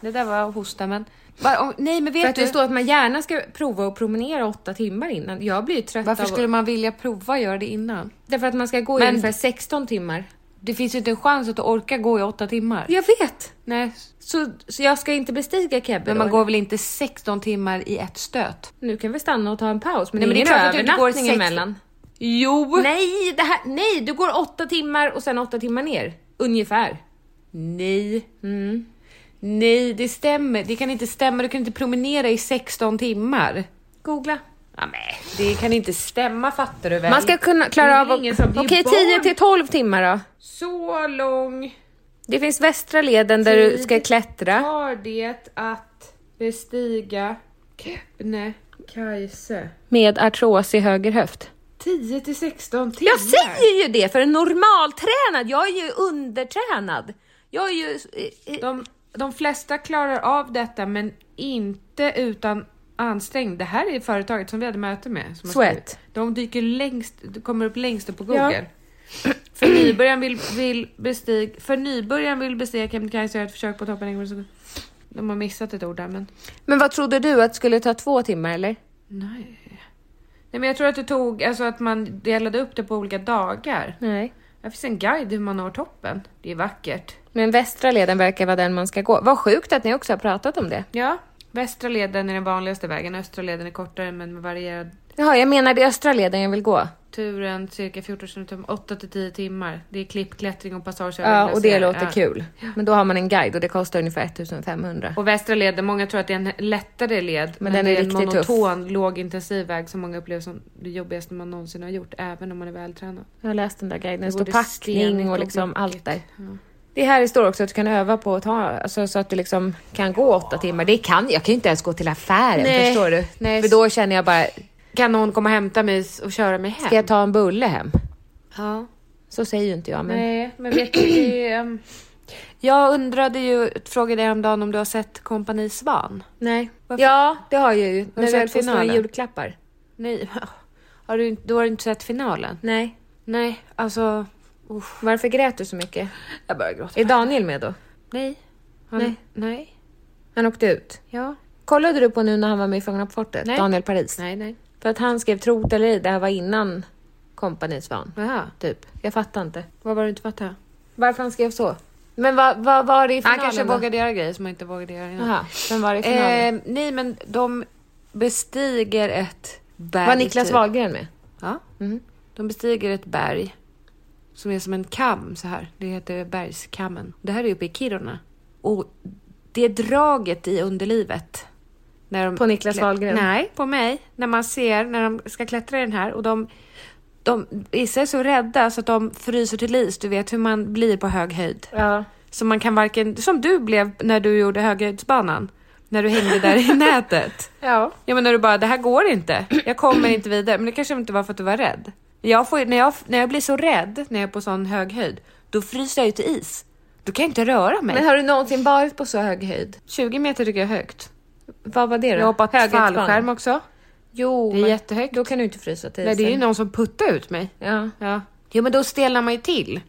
Speaker 1: det där var hosta men... Va, om, nej men
Speaker 2: För
Speaker 1: vet
Speaker 2: att
Speaker 1: du,
Speaker 2: det står att man gärna ska prova att promenera åtta timmar innan. Jag blir ju trött
Speaker 1: varför
Speaker 2: av...
Speaker 1: skulle man vilja prova att göra det innan?
Speaker 2: Därför att man ska gå i
Speaker 1: Men-
Speaker 2: ungefär 16 timmar.
Speaker 1: Det finns ju inte en chans att du orkar gå i åtta timmar.
Speaker 2: Jag vet!
Speaker 1: Nej,
Speaker 2: Så, så jag ska inte bestiga Kebbe
Speaker 1: men
Speaker 2: då.
Speaker 1: man går väl inte 16 timmar i ett stöt?
Speaker 2: Nu kan vi stanna och ta en paus, men,
Speaker 1: Nej, men
Speaker 2: det är klart att du inte går
Speaker 1: sex-
Speaker 2: emellan.
Speaker 1: Jo!
Speaker 2: Nej, det här, nej, du går åtta timmar och sen åtta timmar ner. Ungefär.
Speaker 1: Nej.
Speaker 2: Mm.
Speaker 1: Nej, det stämmer. Det kan inte stämma. Du kan inte promenera i 16 timmar.
Speaker 2: Googla.
Speaker 1: Ja, men det kan inte stämma fattar du väl?
Speaker 2: Man ska kunna klara av...
Speaker 1: Det är ingen som- det är
Speaker 2: Okej, 10
Speaker 1: barn.
Speaker 2: till 12 timmar då.
Speaker 1: Så lång
Speaker 2: Det finns västra leden där du ska
Speaker 1: Tid.
Speaker 2: klättra.
Speaker 1: har det att bestiga Kebnekaise.
Speaker 2: Med artros i höger höft.
Speaker 1: 10 till 16 timmar.
Speaker 2: Jag säger ju det för en normaltränad, jag är ju undertränad. Jag är ju... eh, eh,
Speaker 1: De, de flesta klarar av detta men inte utan ansträngning. Det här är företaget som vi hade möte med. Som har
Speaker 2: Sweat.
Speaker 1: skrivit. De dyker längst, kommer upp längst upp på Google. För nybörjaren vill, vill bestiga, för nybörjaren vill bestiga Kebnekaise och göra ett försök på toppen. en gång i sekunden. De har missat ett ord där men
Speaker 2: Men vad trodde du att det skulle ta två timmar eller?
Speaker 1: nej. Nej men jag tror att det tog, alltså att man delade upp det på olika dagar.
Speaker 2: Nej.
Speaker 1: Här finns en guide hur man når toppen. Det är vackert.
Speaker 2: Men västra leden verkar vara den man ska gå. Vad sjukt att ni också har pratat om det.
Speaker 1: Ja, västra leden är den vanligaste vägen. Östra leden är kortare men med varierad
Speaker 2: Jaha, jag menar det är östra leden jag vill gå.
Speaker 1: turen cirka 14 km, 8 till 10 timmar. Det är klipp, klättring och passage över
Speaker 2: Ja, och det
Speaker 1: glaciärer.
Speaker 2: låter
Speaker 1: Ja.
Speaker 2: kul. Men då har man en guide och det kostar ungefär 1500.
Speaker 1: Och västra leden, många tror att det är en lättare led, men,
Speaker 2: den är
Speaker 1: det är en
Speaker 2: riktigt tuff.
Speaker 1: monoton, lågintensiv väg som många upplever som det jobbigaste man någonsin har gjort, även om man är vältränad.
Speaker 2: Jag har läst den där guiden. Det
Speaker 1: Det
Speaker 2: står
Speaker 1: borde
Speaker 2: packning
Speaker 1: stenigt
Speaker 2: och
Speaker 1: och
Speaker 2: liksom
Speaker 1: blockigt.
Speaker 2: allt där. Det här det står också att du kan öva på att ta, alltså, så att du liksom kan gå åtta timmar. Det kan jag, kan ju inte ens gå till affären,
Speaker 1: Nej,
Speaker 2: förstår du?
Speaker 1: nej.
Speaker 2: För då känner jag bara,
Speaker 1: Kan någon komma och hämta mig och köra mig hem?
Speaker 2: ska jag ta en bulle hem?
Speaker 1: Ja.
Speaker 2: Så säger ju inte jag, men
Speaker 1: Nej, men vet du, det, är, ehm, jag undrade ju, frågade dig häromdagen om du har sett Kompani Svan?
Speaker 2: Nej.
Speaker 1: Varför?
Speaker 2: Ja, det har jag ju. När
Speaker 1: sett
Speaker 2: väl får snurra
Speaker 1: finalen?
Speaker 2: julklappar.
Speaker 1: Nej, har du, inte- då har du inte sett finalen?
Speaker 2: Nej.
Speaker 1: Nej, alltså,
Speaker 2: Varför grät du så mycket?
Speaker 1: jag börjar gråta.
Speaker 2: Är Daniel med då?
Speaker 1: Nej. Han,
Speaker 2: Nej.
Speaker 1: Nej.
Speaker 2: Han åkte ut.
Speaker 1: Ja.
Speaker 2: Kollade du på nu när han var med i Fångarna på fortet?
Speaker 1: Nej.
Speaker 2: Daniel Paris?
Speaker 1: Nej, nej.
Speaker 2: För att han skrev Trot eller ej, det här var innan Kompani Svan.
Speaker 1: Jaha.
Speaker 2: Typ. Jag fattar inte.
Speaker 1: Vad var det du inte fattade?
Speaker 2: Varför han skrev så? Men vad vad var det i finalen
Speaker 1: Han kanske
Speaker 2: då?
Speaker 1: vågade göra grejer som han inte vågade göra innan.
Speaker 2: Jaha, men var det i finalen?
Speaker 1: Eh, nej, men de bestiger ett berg.
Speaker 2: var Niklas
Speaker 1: typ.
Speaker 2: Wahlgren med?
Speaker 1: Ja. Mm. De bestiger ett berg som är som en kam så här. Det heter bergskammen. Det här är uppe i Kiruna. Och det draget i underlivet. När de
Speaker 2: På Niklas
Speaker 1: klä-
Speaker 2: Wahlgren?
Speaker 1: Nej, på mig. När man ser när de ska klättra i den här och de de vissa är så rädda så att de fryser till is. Du vet hur man blir på hög höjd.
Speaker 2: Ja.
Speaker 1: Så man kan varken, som du blev när du gjorde höghöjdsbanan, när du hängde där i nätet.
Speaker 2: Ja.
Speaker 1: Ja men när du bara, det här går inte, jag kommer inte vidare. Men det kanske inte var för att du var rädd. Jag får, ju- när, jag, när jag blir så rädd, när jag är på sån hög höjd, då fryser jag ju till is. Då kan jag inte röra mig.
Speaker 2: Men har du någonsin varit på så hög höjd?
Speaker 1: 20 meter tycker jag är högt.
Speaker 2: Vad var det då?
Speaker 1: Jag har hoppat
Speaker 2: Höghöjdsbana?
Speaker 1: fallskärm också.
Speaker 2: Jo,
Speaker 1: Det är
Speaker 2: men
Speaker 1: jättehögt.
Speaker 2: Då kan du inte frysa till
Speaker 1: Nej, det är ju
Speaker 2: isen.
Speaker 1: någon som puttar ut mig.
Speaker 2: Ja.
Speaker 1: Ja. ja men då stelnar man ju till.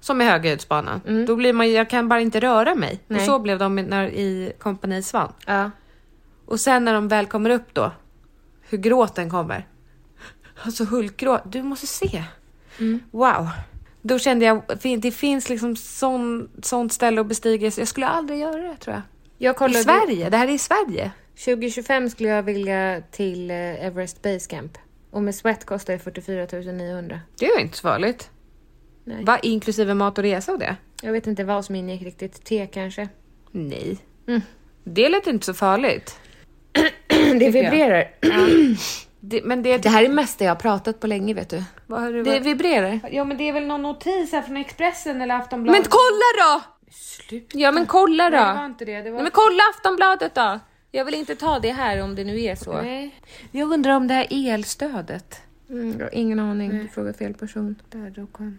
Speaker 1: Som i höghöjdsbanan. Då blir man ju- jag kan bara inte röra mig.
Speaker 2: Nej.
Speaker 1: Och så blev de i- när, i Kompani Svan.
Speaker 2: Ja.
Speaker 1: Och sen när de väl kommer upp då, hur gråten kommer. Alltså hulkgråt, du måste se. Mm. Wow. Då kände jag, fin- det finns liksom sån, sånt ställe att bestiga. Jag skulle aldrig göra det tror jag.
Speaker 2: Jag
Speaker 1: I
Speaker 2: kollade...
Speaker 1: Sverige, det här är i Sverige.
Speaker 2: 2025 skulle jag vilja till eh, Everest Base Camp. Och med sweat kostar det 44 900.
Speaker 1: Det är ju inte så farligt.
Speaker 2: Nej.
Speaker 1: Va, inklusive mat och resa och det?
Speaker 2: Jag vet inte vad som ingick riktigt. Te kanske.
Speaker 1: Nej. Det lät inte så farligt.
Speaker 2: Det vibrerar.
Speaker 1: Det, men det, typ-
Speaker 2: Det här är mesta jag har pratat på länge vet du.
Speaker 1: vad har du
Speaker 2: Det vibrerar.
Speaker 1: Ja men det är väl någon notis här från Expressen eller Aftonbladet?
Speaker 2: Men kolla då!
Speaker 1: Sluta!
Speaker 2: Ja men kolla då!
Speaker 1: Nej, det var inte det. det var...
Speaker 2: Nej, men kolla Aftonbladet då! Jag vill inte ta det här om det nu är så.
Speaker 1: Nej. Jag undrar om det här elstödet.
Speaker 2: Mm, jag har ingen aning. Du frågar fel person.
Speaker 1: Där då kom.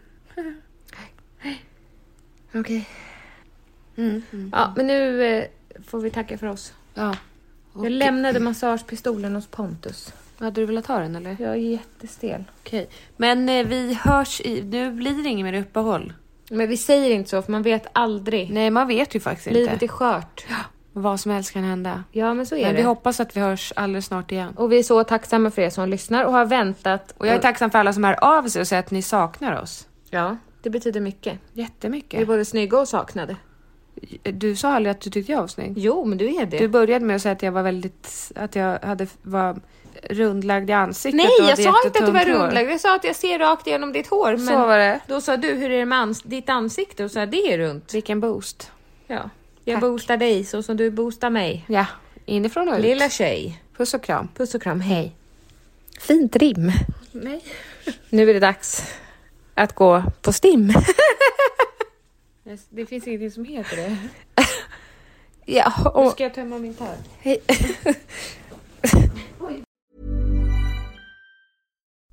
Speaker 2: Okej. Mm. Ja, men nu eh, får vi tacka för oss.
Speaker 1: Ja.
Speaker 2: Jag lämnade massagepistolen hos Pontus.
Speaker 1: Hade du velat ha den eller?
Speaker 2: Jag är jättestel.
Speaker 1: Okej. Men eh, vi hörs i... Nu blir det inget mer uppehåll.
Speaker 2: Men vi säger inte så för man vet aldrig.
Speaker 1: Nej, man vet ju faktiskt
Speaker 2: Livet
Speaker 1: inte.
Speaker 2: är skört.
Speaker 1: Vad som helst kan hända.
Speaker 2: Ja, men så är
Speaker 1: Men
Speaker 2: det.
Speaker 1: vi hoppas att vi hörs alldeles snart igen.
Speaker 2: och vi är så tacksamma för er som lyssnar och har väntat.
Speaker 1: Och jag är tacksam för alla som hör av sig och säger att ni saknar oss.
Speaker 2: Ja, det betyder mycket. Vi är
Speaker 1: Jättemycket.
Speaker 2: både snygga och saknade.
Speaker 1: Du sa aldrig att du tyckte jag var snygg.
Speaker 2: Jo, men du är det.
Speaker 1: Du började med att säga att jag var väldigt... Att jag hade, var rundlagd i ansiktet
Speaker 2: Nej,
Speaker 1: och
Speaker 2: jag
Speaker 1: hade
Speaker 2: sa inte att du var
Speaker 1: jättetunt hår.
Speaker 2: rundlagd. Jag sa att jag ser rakt igenom ditt hår. Men
Speaker 1: Så var det.
Speaker 2: Då sa du, hur är det med ans- ditt ansikte? Och så här, det är runt.
Speaker 1: Vilken boost.
Speaker 2: Ja. Jag
Speaker 1: Tack.
Speaker 2: boostar dig så som du boostar mig.
Speaker 1: Ja, inifrån och ut.
Speaker 2: Lilla tjej.
Speaker 1: Puss och kram.
Speaker 2: Puss och kram, hej. Fint rim. Nej. Nu är det dags att gå på STIM.
Speaker 1: Det finns ingenting som heter det.
Speaker 2: ja, och...
Speaker 1: Ska jag tömma min tarm?